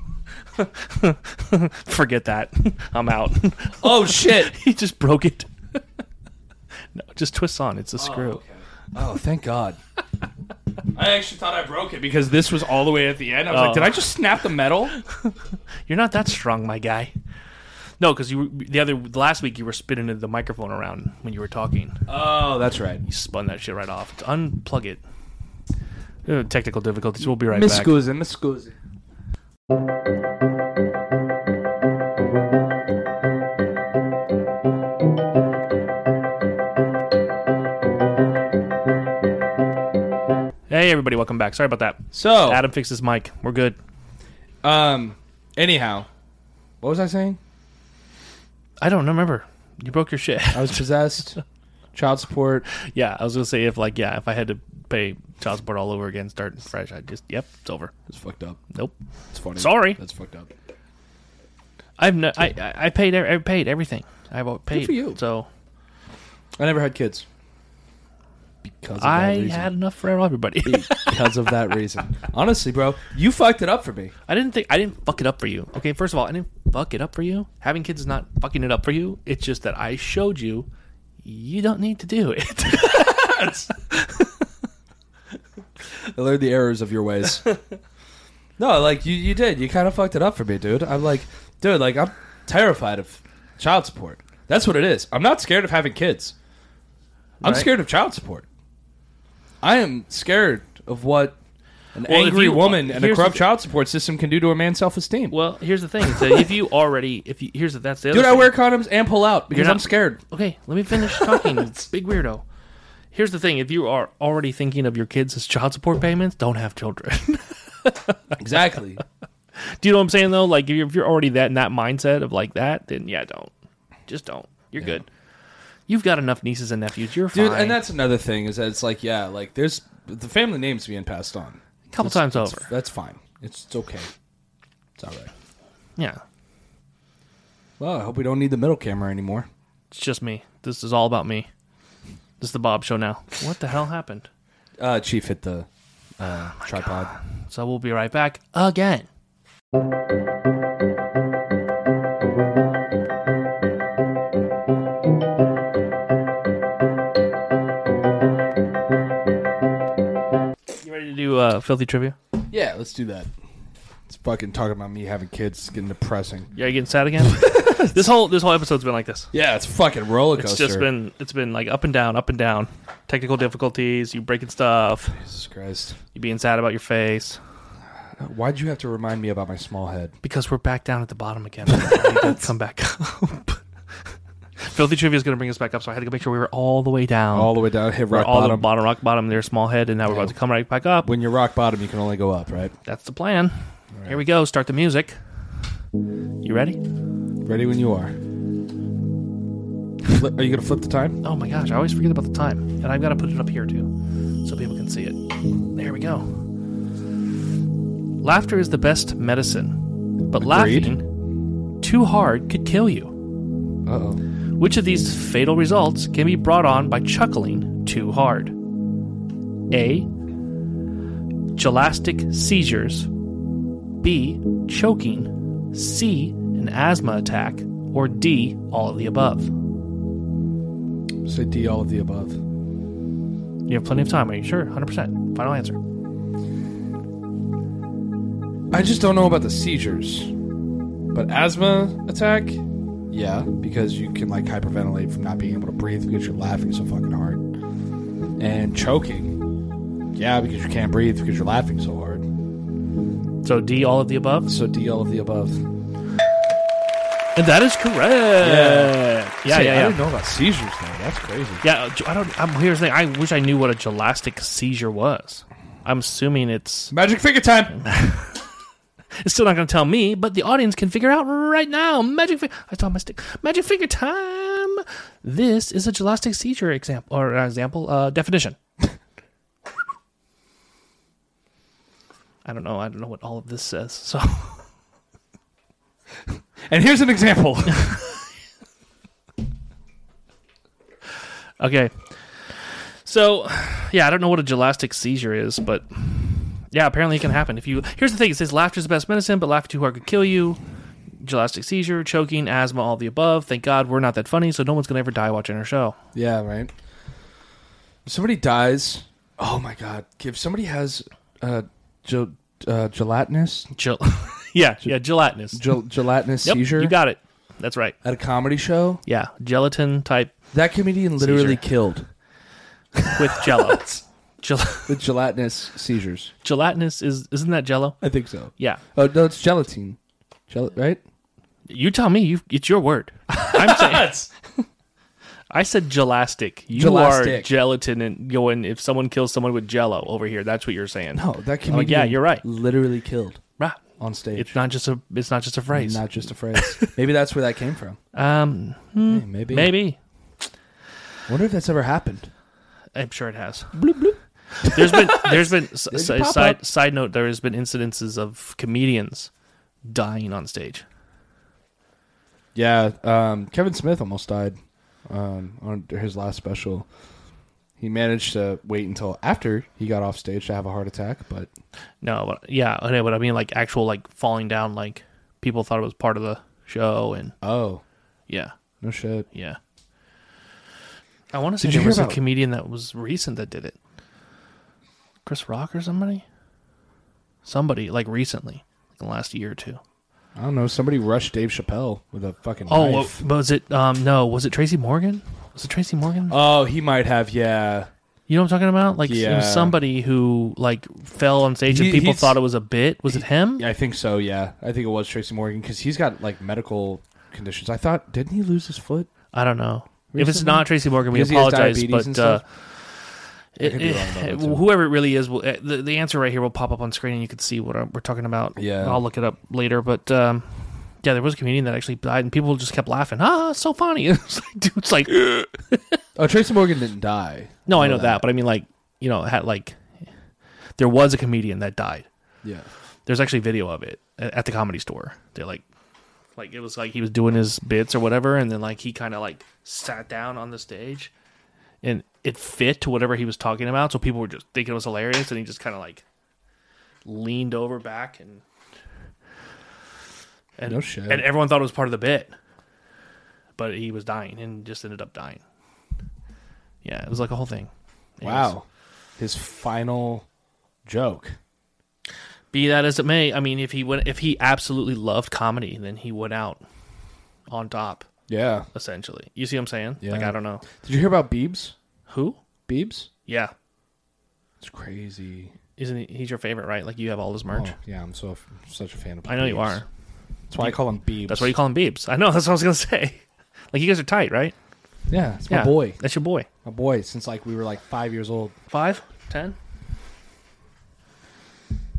S1: forget that. I'm out.
S2: Oh shit!
S1: he just broke it. no, it just twists on. It's a screw.
S2: Oh, thank God. I actually thought I broke it because this was all the way at the end. I was
S1: Oh.
S2: like, did I just snap the metal?
S1: You're not that strong, my guy. No, because you were, the other last week you were spinning the microphone around when you were talking.
S2: Oh, that's right.
S1: You spun that shit right off. Unplug it. Uh, Technical difficulties. We'll be right
S2: Miss
S1: back.
S2: Scusi, Miss Scusi.
S1: Hey, everybody, welcome back. Sorry about that.
S2: So,
S1: Adam fixed his mic. We're good.
S2: um, anyhow, what was I saying?
S1: I don't remember. You broke your shit.
S2: I was possessed. Child support.
S1: yeah, I was gonna say if like yeah, if I had to pay child support all over again, start fresh, I'd just yep, it's over.
S2: It's fucked up.
S1: Nope.
S2: It's funny.
S1: Sorry.
S2: That's fucked up.
S1: I've no, I I- I paid ev- I paid everything. I have paid
S2: for you.
S1: So
S2: I never had kids. Because of
S1: I
S2: that reason.
S1: had enough for everybody.
S2: because of that reason. Honestly, bro, you fucked it up for me.
S1: I didn't think I didn't fuck it up for you. Okay, first of all, I didn't fuck it up for you. Having kids is not fucking it up for you. It's just that I showed you you don't need to do it.
S2: I learned the errors of your ways. no, like you, you did. You kind of fucked it up for me, dude. I'm like, dude, like I'm terrified of child support. That's what it is. I'm not scared of having kids. I'm
S1: Right.
S2: scared of child support. I am scared of what an
S1: Well, if
S2: angry
S1: you-
S2: woman and a
S1: here's the
S2: corrupt
S1: thi-
S2: child support system can do to a man's self-esteem.
S1: well, here's the thing. is that if you already if you here's the that's the other
S2: dude, I
S1: thing.
S2: wear condoms and pull out because
S1: You're not-
S2: I'm scared.
S1: Okay, let me finish talking. It's big weirdo. Here's the thing: if you are already thinking of your kids as child support payments, don't have children.
S2: Exactly.
S1: Do you know what I'm saying though? Like if you're, if you're already that in that mindset of like that, then yeah, don't. Just don't. You're good. You've got enough nieces and nephews. You're
S2: Dude,
S1: fine.
S2: and that's another thing is that it's like, yeah, like there's the family name's being passed on.
S1: a couple times
S2: It's-
S1: over.
S2: That's fine. It's, it's okay. It's all right.
S1: Yeah,
S2: Well, I hope we don't need the middle camera anymore.
S1: it's just me. This is all about me. This is the Bob Show now. What the hell happened?
S2: Uh, Chief hit the
S1: Oh
S2: uh, tripod.
S1: So we'll be right back again. You ready to do uh, filthy trivia?
S2: Yeah, let's do that. It's fucking talking about me having kids. It's getting depressing.
S1: Yeah, you getting sad again? this whole this whole episode's been like this.
S2: Yeah, it's fucking roller coaster.
S1: It's just been it's been like up and down, up and down. Technical difficulties, you breaking stuff,
S2: Jesus Christ. Uh,
S1: you being sad about your face.
S2: Why'd you have to remind me about my small head?
S1: Because we're back down at the bottom again. We need to come back up. Filthy trivia is going to bring us back up, so I had to go make sure we were all the way down.
S2: All the way down, hit
S1: Oh. we're
S2: rock
S1: all
S2: bottom.
S1: the bottom, rock bottom. Their small head, and now we're about to come right back up.
S2: when you're rock bottom, you can only go up, right?
S1: That's the plan. Here we go. Start the music. You ready?
S2: Ready when you are. Flip- are you gonna flip the time?
S1: Oh my gosh, I always forget about the time, and I've got to put it up here too, so people can see it. There we go. Laughter is the best medicine, but
S2: Agreed.
S1: laughing too hard could kill you.
S2: Uh oh.
S1: Which of these fatal results can be brought on by chuckling too hard? A. Gelastic seizures. B. Choking. C. An asthma attack. Or D. All of the above.
S2: Say D, all of the above.
S1: You have plenty of time. Are you sure? 100%. Final answer.
S2: I just don't know about the seizures. But asthma attack? Yeah, because you can like hyperventilate from not being able to breathe because you're laughing so fucking hard. And choking. Yeah, because you can't breathe because you're laughing so hard.
S1: So D. All of the above.
S2: So D all of the above.
S1: And that is correct. Yeah, yeah,
S2: See,
S1: yeah.
S2: I
S1: yeah.
S2: didn't know about seizures though. That's crazy.
S1: Yeah, uh, I don't. I'm, here's the thing. I wish I knew what a gelastic seizure was. I'm assuming it's
S2: Magic figure time.
S1: It's still not going to tell me, but the audience can figure out right now. Magic figure. I saw my stick. Magic figure time. This is a gelastic seizure example or uh, example uh, definition. I don't know. I don't know what all of this says. So
S2: And here's an example.
S1: okay. So yeah, I don't know what a gelastic seizure is, but yeah, apparently it can happen. If you here's the thing, it says laughter is the best medicine, but laughter too hard could kill you. Gelastic seizure, choking, asthma, all the above. Thank God we're not that funny, so no one's gonna ever die watching our show.
S2: Yeah, right. If somebody dies, oh my god! If somebody has uh, gel- uh gelatinous
S1: Gel- yeah, yeah, gelatinous.
S2: gel- gelatinous
S1: Yep,
S2: seizure
S1: You got it. That's right.
S2: at a comedy show,
S1: Yeah, gelatin type
S2: that comedian literally
S1: Seizure.
S2: killed
S1: with Jello. Gel-
S2: with gelatinous seizures.
S1: gelatinous is isn't that Jello?
S2: I think so.
S1: Yeah.
S2: Oh no, it's gelatine, Gel- right?
S1: You tell me. You it's your word. I'm saying. I said gelastic. You are
S2: Gelastic.
S1: gelatin and going. If someone kills someone with jello over here, that's what you're saying.
S2: No, that comedian.
S1: like, yeah, you're right.
S2: Literally killed
S1: Right.
S2: on stage.
S1: It's not just a. It's not just a phrase.
S2: not just a phrase. maybe that's where that came from.
S1: um, hmm,
S2: Hey, Mm. maybe.
S1: maybe.
S2: Wonder if that's ever happened.
S1: I'm sure it has. There's been there's been s- s-
S2: you pop
S1: side
S2: up?
S1: side note. There has been incidences of comedians dying on stage.
S2: Yeah, um, Kevin Smith almost died um, on his last special. He managed to wait until after he got off stage to have a heart attack, but
S1: No, but yeah, I know, but I mean like actual like falling down. Like people thought it was part of the show, and
S2: oh
S1: yeah,
S2: no shit.
S1: yeah. I want to say
S2: Did you
S1: there
S2: hear
S1: was a
S2: about-
S1: comedian that was recent that did it. Chris Rock or somebody, somebody like recently, like in the last year or two.
S2: I don't know. Somebody rushed Dave Chappelle with a fucking
S1: Oh, well,
S2: knife.
S1: was it? Um, no, was it Tracy Morgan? Was it Tracy Morgan?
S2: Oh, he might have. Yeah,
S1: You know what I'm talking about? Like it
S2: Yeah.
S1: was somebody who like fell on stage
S2: He-
S1: and people
S2: he's-
S1: thought it was a bit. Was it him?
S2: Yeah, I think so. Yeah, I think it was Tracy Morgan because he's got like medical conditions. I thought didn't he lose his foot?
S1: I don't know. If it's
S2: Recently?
S1: not Tracy Morgan, we
S2: Because he has
S1: apologize.
S2: diabetes
S1: But
S2: and
S1: uh,
S2: stuff?
S1: it,
S2: could be wrong about
S1: it-
S2: that, too.
S1: whoever it really is, will, uh, the, the answer right here will pop up on screen and you can see what I'm- we're talking about.
S2: Yeah.
S1: I'll look it up later. But um, yeah, there was a comedian that actually died and people just kept laughing. Ah, so funny. It's like, dude, it's like,
S2: Oh, Tracy Morgan didn't die.
S1: no, I know that. But I mean, like, you know, had like, there was a comedian that died.
S2: Yeah.
S1: there's actually video of it a- at the comedy store. They like, like it was like he was doing his bits or whatever, and then like he kind of like sat down on the stage, and it fit to whatever he was talking about. So people were just thinking it was hilarious, and he just kind of like leaned over back and and
S2: No shit.
S1: and everyone thought it was part of the bit, but he was dying and just ended up dying. Yeah, it was like a whole thing. It was-
S2: Wow. His final joke.
S1: Be that as it may, I mean, if he went, if he absolutely loved comedy, then he went out on top.
S2: Yeah.
S1: Essentially, you see what I'm saying?
S2: Yeah.
S1: Like I don't know
S2: Did you hear about Biebs?
S1: who.
S2: Biebs?
S1: Yeah,
S2: It's crazy.
S1: isn't he? He's your favorite, right? Like you have all his merch.
S2: Oh, yeah, I'm so f- such a fan of.
S1: I know you
S2: Biebs.
S1: are.
S2: That's why I call him Biebs.
S1: That's why you call him Beebs. I know. That's what I was gonna say. Like you guys are tight, right?
S2: Yeah, it's my boy.
S1: That's your boy.
S2: My boy since like we were like five years old.
S1: Five, ten.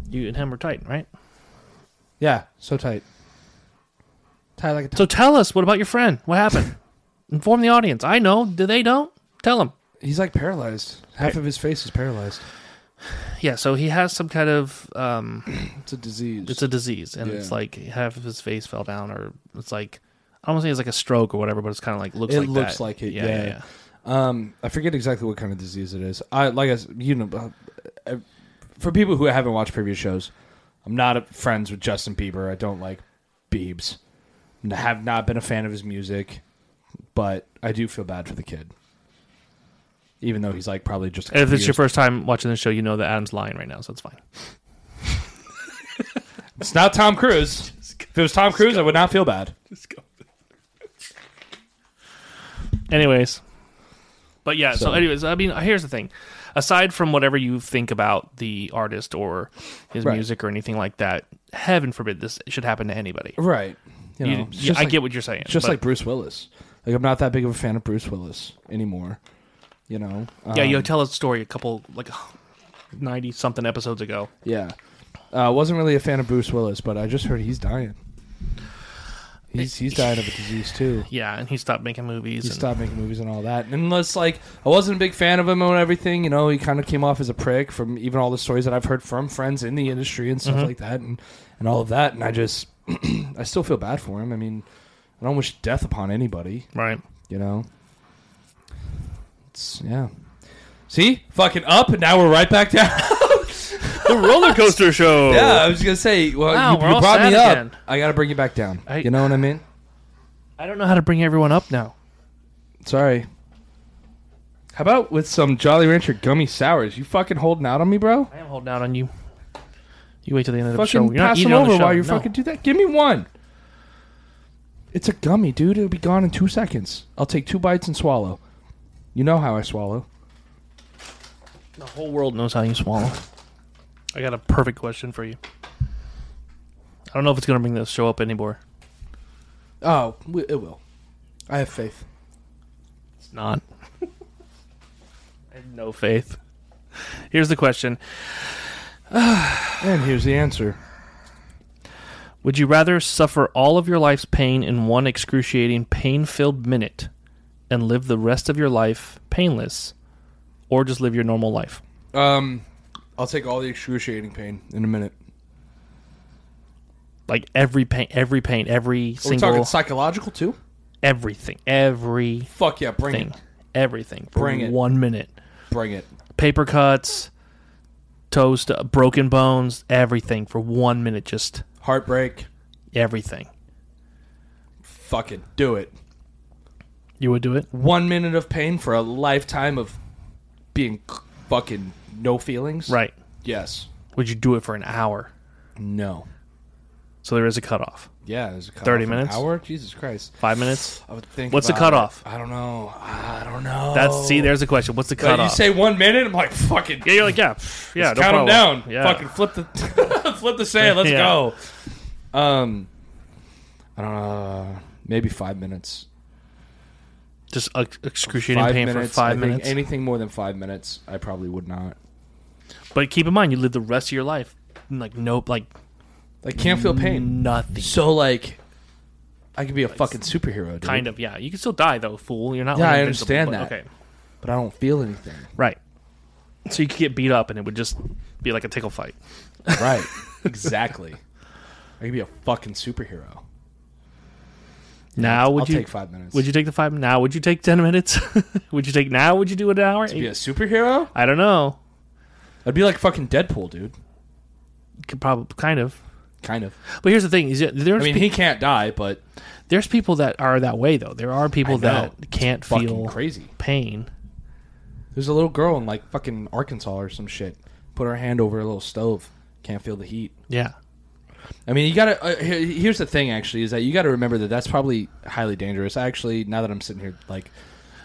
S1: You and him are tight, right?
S2: Yeah, so tight. Tight like a.
S1: So tell us, what about your friend? What happened? Inform the audience. I know. Do they don't? Tell them.
S2: He's like paralyzed. Half of his face is paralyzed.
S1: Yeah. So he has some kind of um,
S2: It's a disease.
S1: it's a disease and it's
S2: Yeah.
S1: like half of his face fell down or it's like i don't want to say it's like a stroke or whatever but it's kind of like looks
S2: It
S1: like
S2: looks
S1: that.
S2: like it, yeah. Um, I forget exactly what kind of disease it is. I like I s- you know, uh, uh, for people who haven't watched previous shows, I'm not a, friends with Justin Bieber. I don't like Biebs. I have not been a fan of his music, but I do feel bad for the kid. Even though he's like probably just a
S1: And if
S2: couple
S1: it's your
S2: years-
S1: first time watching the show you know that adam's lying right now so it's fine
S2: it's not Tom Cruise. If it was Tom Cruise, I would not feel bad.
S1: anyways but yeah so,
S2: So-
S1: anyways i mean here's the thing aside from whatever you think about the artist or his
S2: Right.
S1: music or anything like that heaven forbid this should happen to anybody
S2: Right. You know,
S1: You-
S2: it's
S1: you-
S2: just
S1: i
S2: like-
S1: get what you're saying
S2: just
S1: but-
S2: like Bruce Willis. Like I'm not that big of a fan of Bruce Willis anymore. You know.
S1: yeah
S2: Um,
S1: you tell a story a couple like 90 something episodes ago
S2: Yeah. Uh, wasn't really a fan of Bruce Willis, but I just heard he's dying. He's he's dying of a disease too.
S1: yeah and he stopped making movies
S2: He
S1: and-
S2: stopped making movies and all that. And unless like I wasn't a big fan of him and everything, you know, he kind of came off as a prick from even all the stories that I've heard from friends in the industry and
S1: Mm-hmm.
S2: stuff like that, and and all of that. And I just I still feel bad for him. I mean, I don't wish death upon anybody.
S1: right
S2: You know. It's yeah. See, fucking up, and now we're right back down.
S1: the roller coaster show.
S2: Yeah, I was gonna say. Well,
S1: Wow,
S2: you,
S1: we're
S2: you
S1: all
S2: brought
S1: sad
S2: me up.
S1: again.
S2: I gotta bring you back down.
S1: I-
S2: you know what I mean?
S1: I don't know how to bring everyone up now.
S2: Sorry. How about with some Jolly Rancher gummy sours? You fucking holding out on me, bro?
S1: I am holding out on you. You wait till the end of the show.
S2: Fucking
S1: You're not
S2: pass
S1: eating
S2: them
S1: on the
S2: over
S1: show.
S2: while you
S1: No.
S2: fucking do that. Give me one. It's a gummy, dude. It'll be gone in two seconds. I'll take two bites and swallow. You know how I swallow.
S1: The whole world knows how you swallow. I got a perfect question for you. I don't know if it's going to bring this show up anymore.
S2: Oh, w- it will. I have faith.
S1: It's not. I have no faith. Here's the question.
S2: And here's the answer.
S1: Would you rather suffer all of your life's pain in one excruciating, pain filled minute and live the rest of your life painless or just live your normal life?
S2: Um, I'll take all the excruciating pain in a minute.
S1: Like every pain, every pain, every
S2: Are we
S1: single,
S2: talking psychological too?
S1: everything, everything,
S2: Fuck yeah, bring it,
S1: everything for
S2: Bring it.
S1: one minute.
S2: bring it.
S1: Paper cuts, toast, uh, broken bones, everything for one minute, just
S2: Heartbreak,
S1: everything.
S2: fucking do it.
S1: You would do it?
S2: One minute of pain for a lifetime of being c- fucking no feelings.
S1: Right.
S2: Yes.
S1: Would you do it for an hour?
S2: No.
S1: So there is a cutoff.
S2: Yeah. There's a cutoff
S1: 30
S2: an
S1: minutes?
S2: Hour. Jesus Christ.
S1: Five minutes?
S2: I would think.
S1: What's the
S2: about it.
S1: cutoff?
S2: I don't know. I don't know.
S1: That's see. There's the question. What's the
S2: But
S1: cutoff?
S2: Oh. you say one minute, I'm like fucking.
S1: yeah, you're like yeah, pff, yeah.
S2: Count
S1: no
S2: 'em
S1: problem.
S2: down.
S1: Yeah.
S2: Fucking flip the flip the sand. Let's
S1: Yeah.
S2: go. Um, I don't know. Maybe five minutes.
S1: Just ex- excruciating pain for
S2: I
S1: five
S2: think
S1: minutes.
S2: Anything more than five minutes, I probably would not.
S1: but keep in mind, you live the rest of your life like nope, like
S2: Like can't feel pain.
S1: nothing.
S2: So like, I could be a fucking superhero. Dude,
S1: Kind of. Yeah, you can still die though, fool. You're not.
S2: Yeah,
S1: like,
S2: I
S1: invincible,
S2: understand
S1: but-
S2: that.
S1: Okay,
S2: but I don't feel anything.
S1: right. So you could get beat up, and it would just be like a tickle fight.
S2: Right. exactly. I could be a fucking superhero.
S1: Now would
S2: I'll
S1: you
S2: take five minutes.
S1: Would you take the five? Now would you take ten minutes? would you take now? Would you do an hour?
S2: be a superhero?
S1: I don't know.
S2: I'd be like fucking Deadpool, dude.
S1: You Could probably kind of.
S2: Kind of.
S1: But here's the thing: is that there's
S2: I mean,
S1: pe-
S2: he can't die, but
S1: there's people that are that way though. There are people
S2: I know.
S1: that can't
S2: fucking
S1: feel
S2: crazy.
S1: pain.
S2: There's a little girl in like fucking Arkansas or some shit. Put her hand over a little stove. Can't feel the heat.
S1: Yeah.
S2: I mean, you gotta. Uh, he- here's the thing, actually, is that you gotta remember that that's probably highly dangerous. I actually, now that I'm sitting here, like,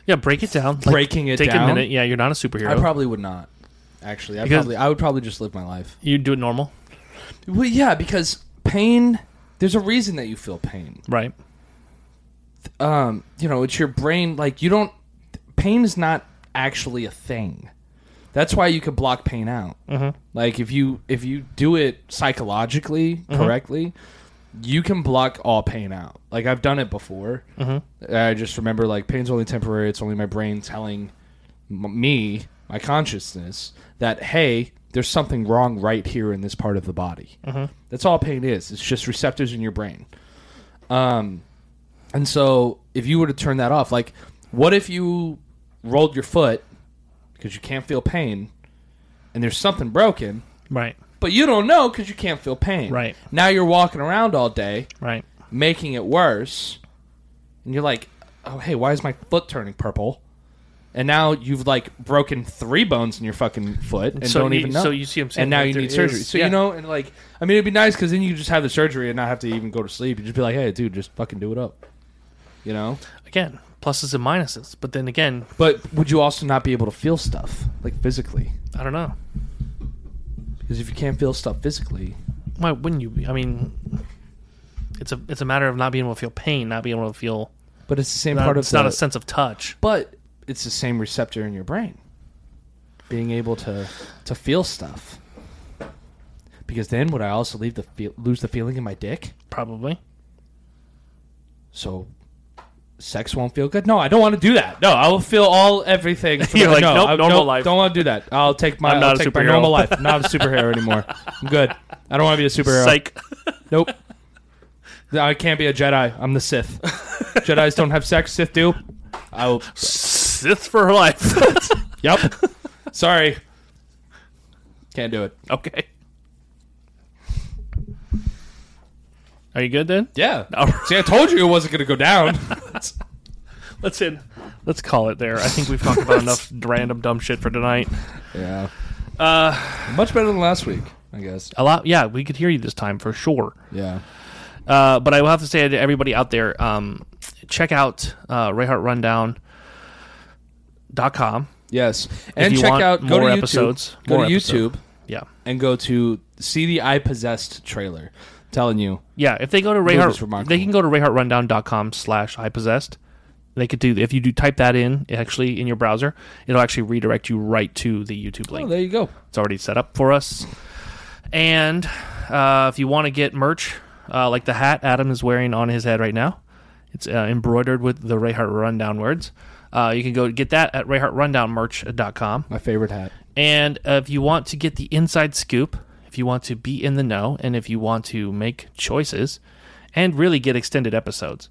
S1: Yeah, break it down. Like,
S2: Breaking it
S1: take
S2: down?
S1: a minute. Yeah, you're not a superhero.
S2: I probably would not. Actually, I
S1: Because-
S2: probably, I would probably just live my life.
S1: you do it normal,
S2: Well, yeah, because pain. There's a reason that you feel pain.
S1: right?
S2: Um, you know, it's your brain. Like, you don't. Pain is not actually a thing. That's why you could block pain out. Like, if you if you do it psychologically correctly, you can block all pain out. Like I've done it before. Mm-hmm. I just remember like pain's only temporary. It's only my brain telling m- me, my consciousness, that hey, there's something wrong right here in this part of the body. That's all pain is. It's just receptors in your brain. Um, and so if you were to turn that off, like, what if you rolled your foot because you can't feel pain, and there's something broken,
S1: Right.
S2: but you don't know because you can't feel pain.
S1: Right.
S2: now, you're walking around all day
S1: Right.
S2: making it worse. And you're like, oh, hey, why is my foot turning purple? And now you've like broken three bones in your fucking foot and
S1: So
S2: don't
S1: you-
S2: even know.
S1: so you see what I'm saying,
S2: And now
S1: like,
S2: you
S1: there
S2: need surgery.
S1: is-
S2: So
S1: yeah.
S2: you know, and like, I mean, it'd be nice because then you could just have the surgery and not have to even go to sleep. You just be like, hey, dude, just fucking do it up. You know?
S1: Again, pluses and minuses. But then again,
S2: But would you also not be able to feel stuff, like physically?
S1: I don't know.
S2: Because if you can't feel stuff physically,
S1: Why wouldn't you? Be? I mean, it's a it's a matter of not being able to feel pain, not being able to feel.
S2: but it's the same
S1: Not,
S2: part of
S1: it's not
S2: the-
S1: a sense of touch.
S2: but it's the same receptor in your brain being able to to feel stuff because then would i also leave the feel, lose the feeling in my dick
S1: Probably.
S2: so sex won't feel good no i don't want to do that no i will feel all everything for
S1: You're
S2: the-
S1: like,
S2: no,
S1: nope,
S2: I,
S1: normal
S2: nope,
S1: life.
S2: don't want to do that i'll take my,
S1: I'm not
S2: I'll
S1: a
S2: take my
S1: superhero.
S2: normal life I'm not a superhero anymore i'm good i don't want to be a superhero
S1: Psych.
S2: nope i can't be a jedi i'm the sith jedis don't have sex sith do i will
S1: Sith for life.
S2: Yep. Sorry. Can't do it.
S1: okay. Are you good then?
S2: Yeah.
S1: All right.
S2: See, I told you it wasn't going to go down.
S1: Let's in. Let's call it there. I think we've talked about enough random dumb shit for tonight.
S2: yeah.
S1: Uh,
S2: Much better than last week, I guess.
S1: a lot. Yeah, we could hear you this time for sure.
S2: Yeah.
S1: Uh, but I will have to say to everybody out there, um, check out uh, RayhartRundown.com.
S2: Yes. And
S1: you
S2: check
S1: want
S2: out go
S1: more
S2: to YouTube,
S1: episodes,
S2: go
S1: more
S2: to
S1: episode.
S2: YouTube
S1: Yeah,
S2: and go to see the I possessed trailer. telling you.
S1: yeah. If they go to
S2: Dude, it's
S1: Rayhart,
S2: remarkable.
S1: they can go to RayhartRundown.com slash I possessed. They could do if you do type that in actually in your browser, it'll actually redirect you right to the YouTube link.
S2: Oh, there you go.
S1: It's already set up for us. And uh, if you want to get merch, uh, like the hat Adam is wearing on his head right now, it's uh, embroidered with the Rayhart Rundown words. Uh, you can go get that at rayhartrundownmerch.com.
S2: My favorite hat.
S1: And uh, if you want to get the inside scoop, if you want to be in the know, and if you want to make choices and really get extended episodes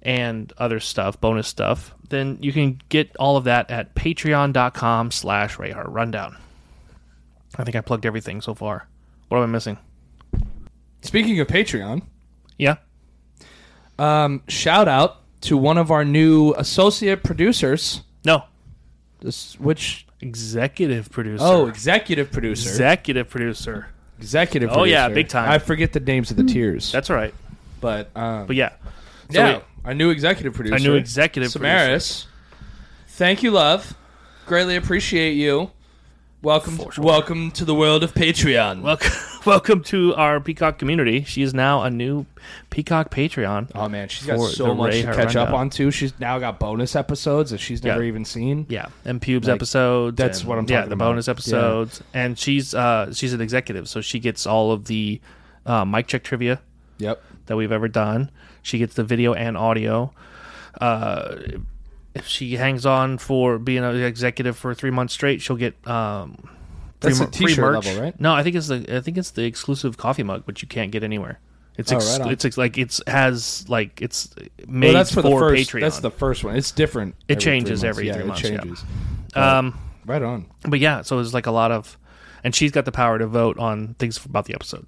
S1: and other stuff, bonus stuff, then you can get all of that at patreon.com slash Rayhart Rundown. I think I plugged everything so far. What am I missing?
S2: Speaking of Patreon,
S1: Yeah.
S2: um, shout out to one of our new associate producers,
S1: No.
S2: this, which
S1: Executive producer.
S2: oh, executive producer,
S1: executive producer.
S2: executive.
S1: Oh, yeah,
S2: producer.
S1: big time.
S2: I forget the names of the tiers,
S1: That's all right.
S2: but um,
S1: But yeah. So
S2: yeah,
S1: we-
S2: our new executive producer,
S1: our new executive producer.
S2: Samaris. Thank you, love. Greatly appreciate you. Welcome,
S1: For sure.
S2: welcome to the world of Patreon.
S1: Welcome, welcome to our Peacock community. She is now a new Peacock Patreon.
S2: Oh man, she's got
S1: For the
S2: so much
S1: Ray
S2: to catch up
S1: Hirondo.
S2: on too. She's now got bonus episodes that she's never
S1: Yeah.
S2: even seen.
S1: Yeah, and pubes
S2: Like,
S1: episodes.
S2: that's
S1: and-
S2: what I'm
S1: Yeah,
S2: talking
S1: the
S2: about.
S1: bonus episodes, and she's uh she's an executive, so she gets all of the uh, mic check trivia
S2: Yep.
S1: that we've ever done. She gets the video and audio. Uh, if she hangs on for being an executive for three months straight, she'll get um.
S2: That's
S1: free,
S2: the
S1: mer- free
S2: t-shirt
S1: merch.
S2: level, right?
S1: No, I think it's the I think it's the exclusive coffee mug, which you can't get anywhere. It's
S2: Oh,
S1: ex-
S2: right on.
S1: it's ex- like it's has like it's made
S2: Well, that's for, the
S1: for
S2: first.
S1: Patreon.
S2: That's the first one. It's different.
S1: It
S2: every
S1: changes
S2: three
S1: every
S2: yeah,
S1: three
S2: it
S1: months, yeah.
S2: Changes.
S1: um,
S2: Right on.
S1: but yeah, so it's like a lot of, and she's got the power to vote on things about the episode.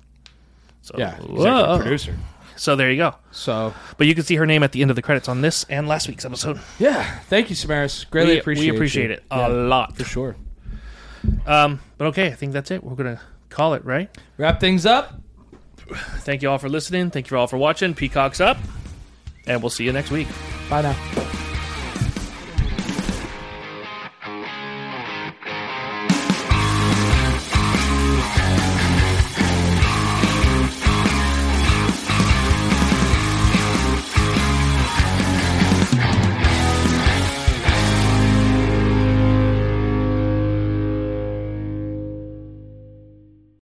S1: So
S2: Yeah. Executive
S1: Whoa.
S2: producer.
S1: So there you go.
S2: So
S1: But you can see her name at the end of the credits on this and last week's episode.
S2: yeah, thank you, Samaris. Greatly
S1: we,
S2: appreciate.
S1: we appreciate
S2: you.
S1: it a
S2: Yeah,
S1: lot.
S2: for sure.
S1: Um, but okay, I think that's it. We're gonna call it right.
S2: Wrap things up.
S1: Thank you all for listening. Thank you all for watching. Peacock's up, and we'll see you next week.
S2: Bye now.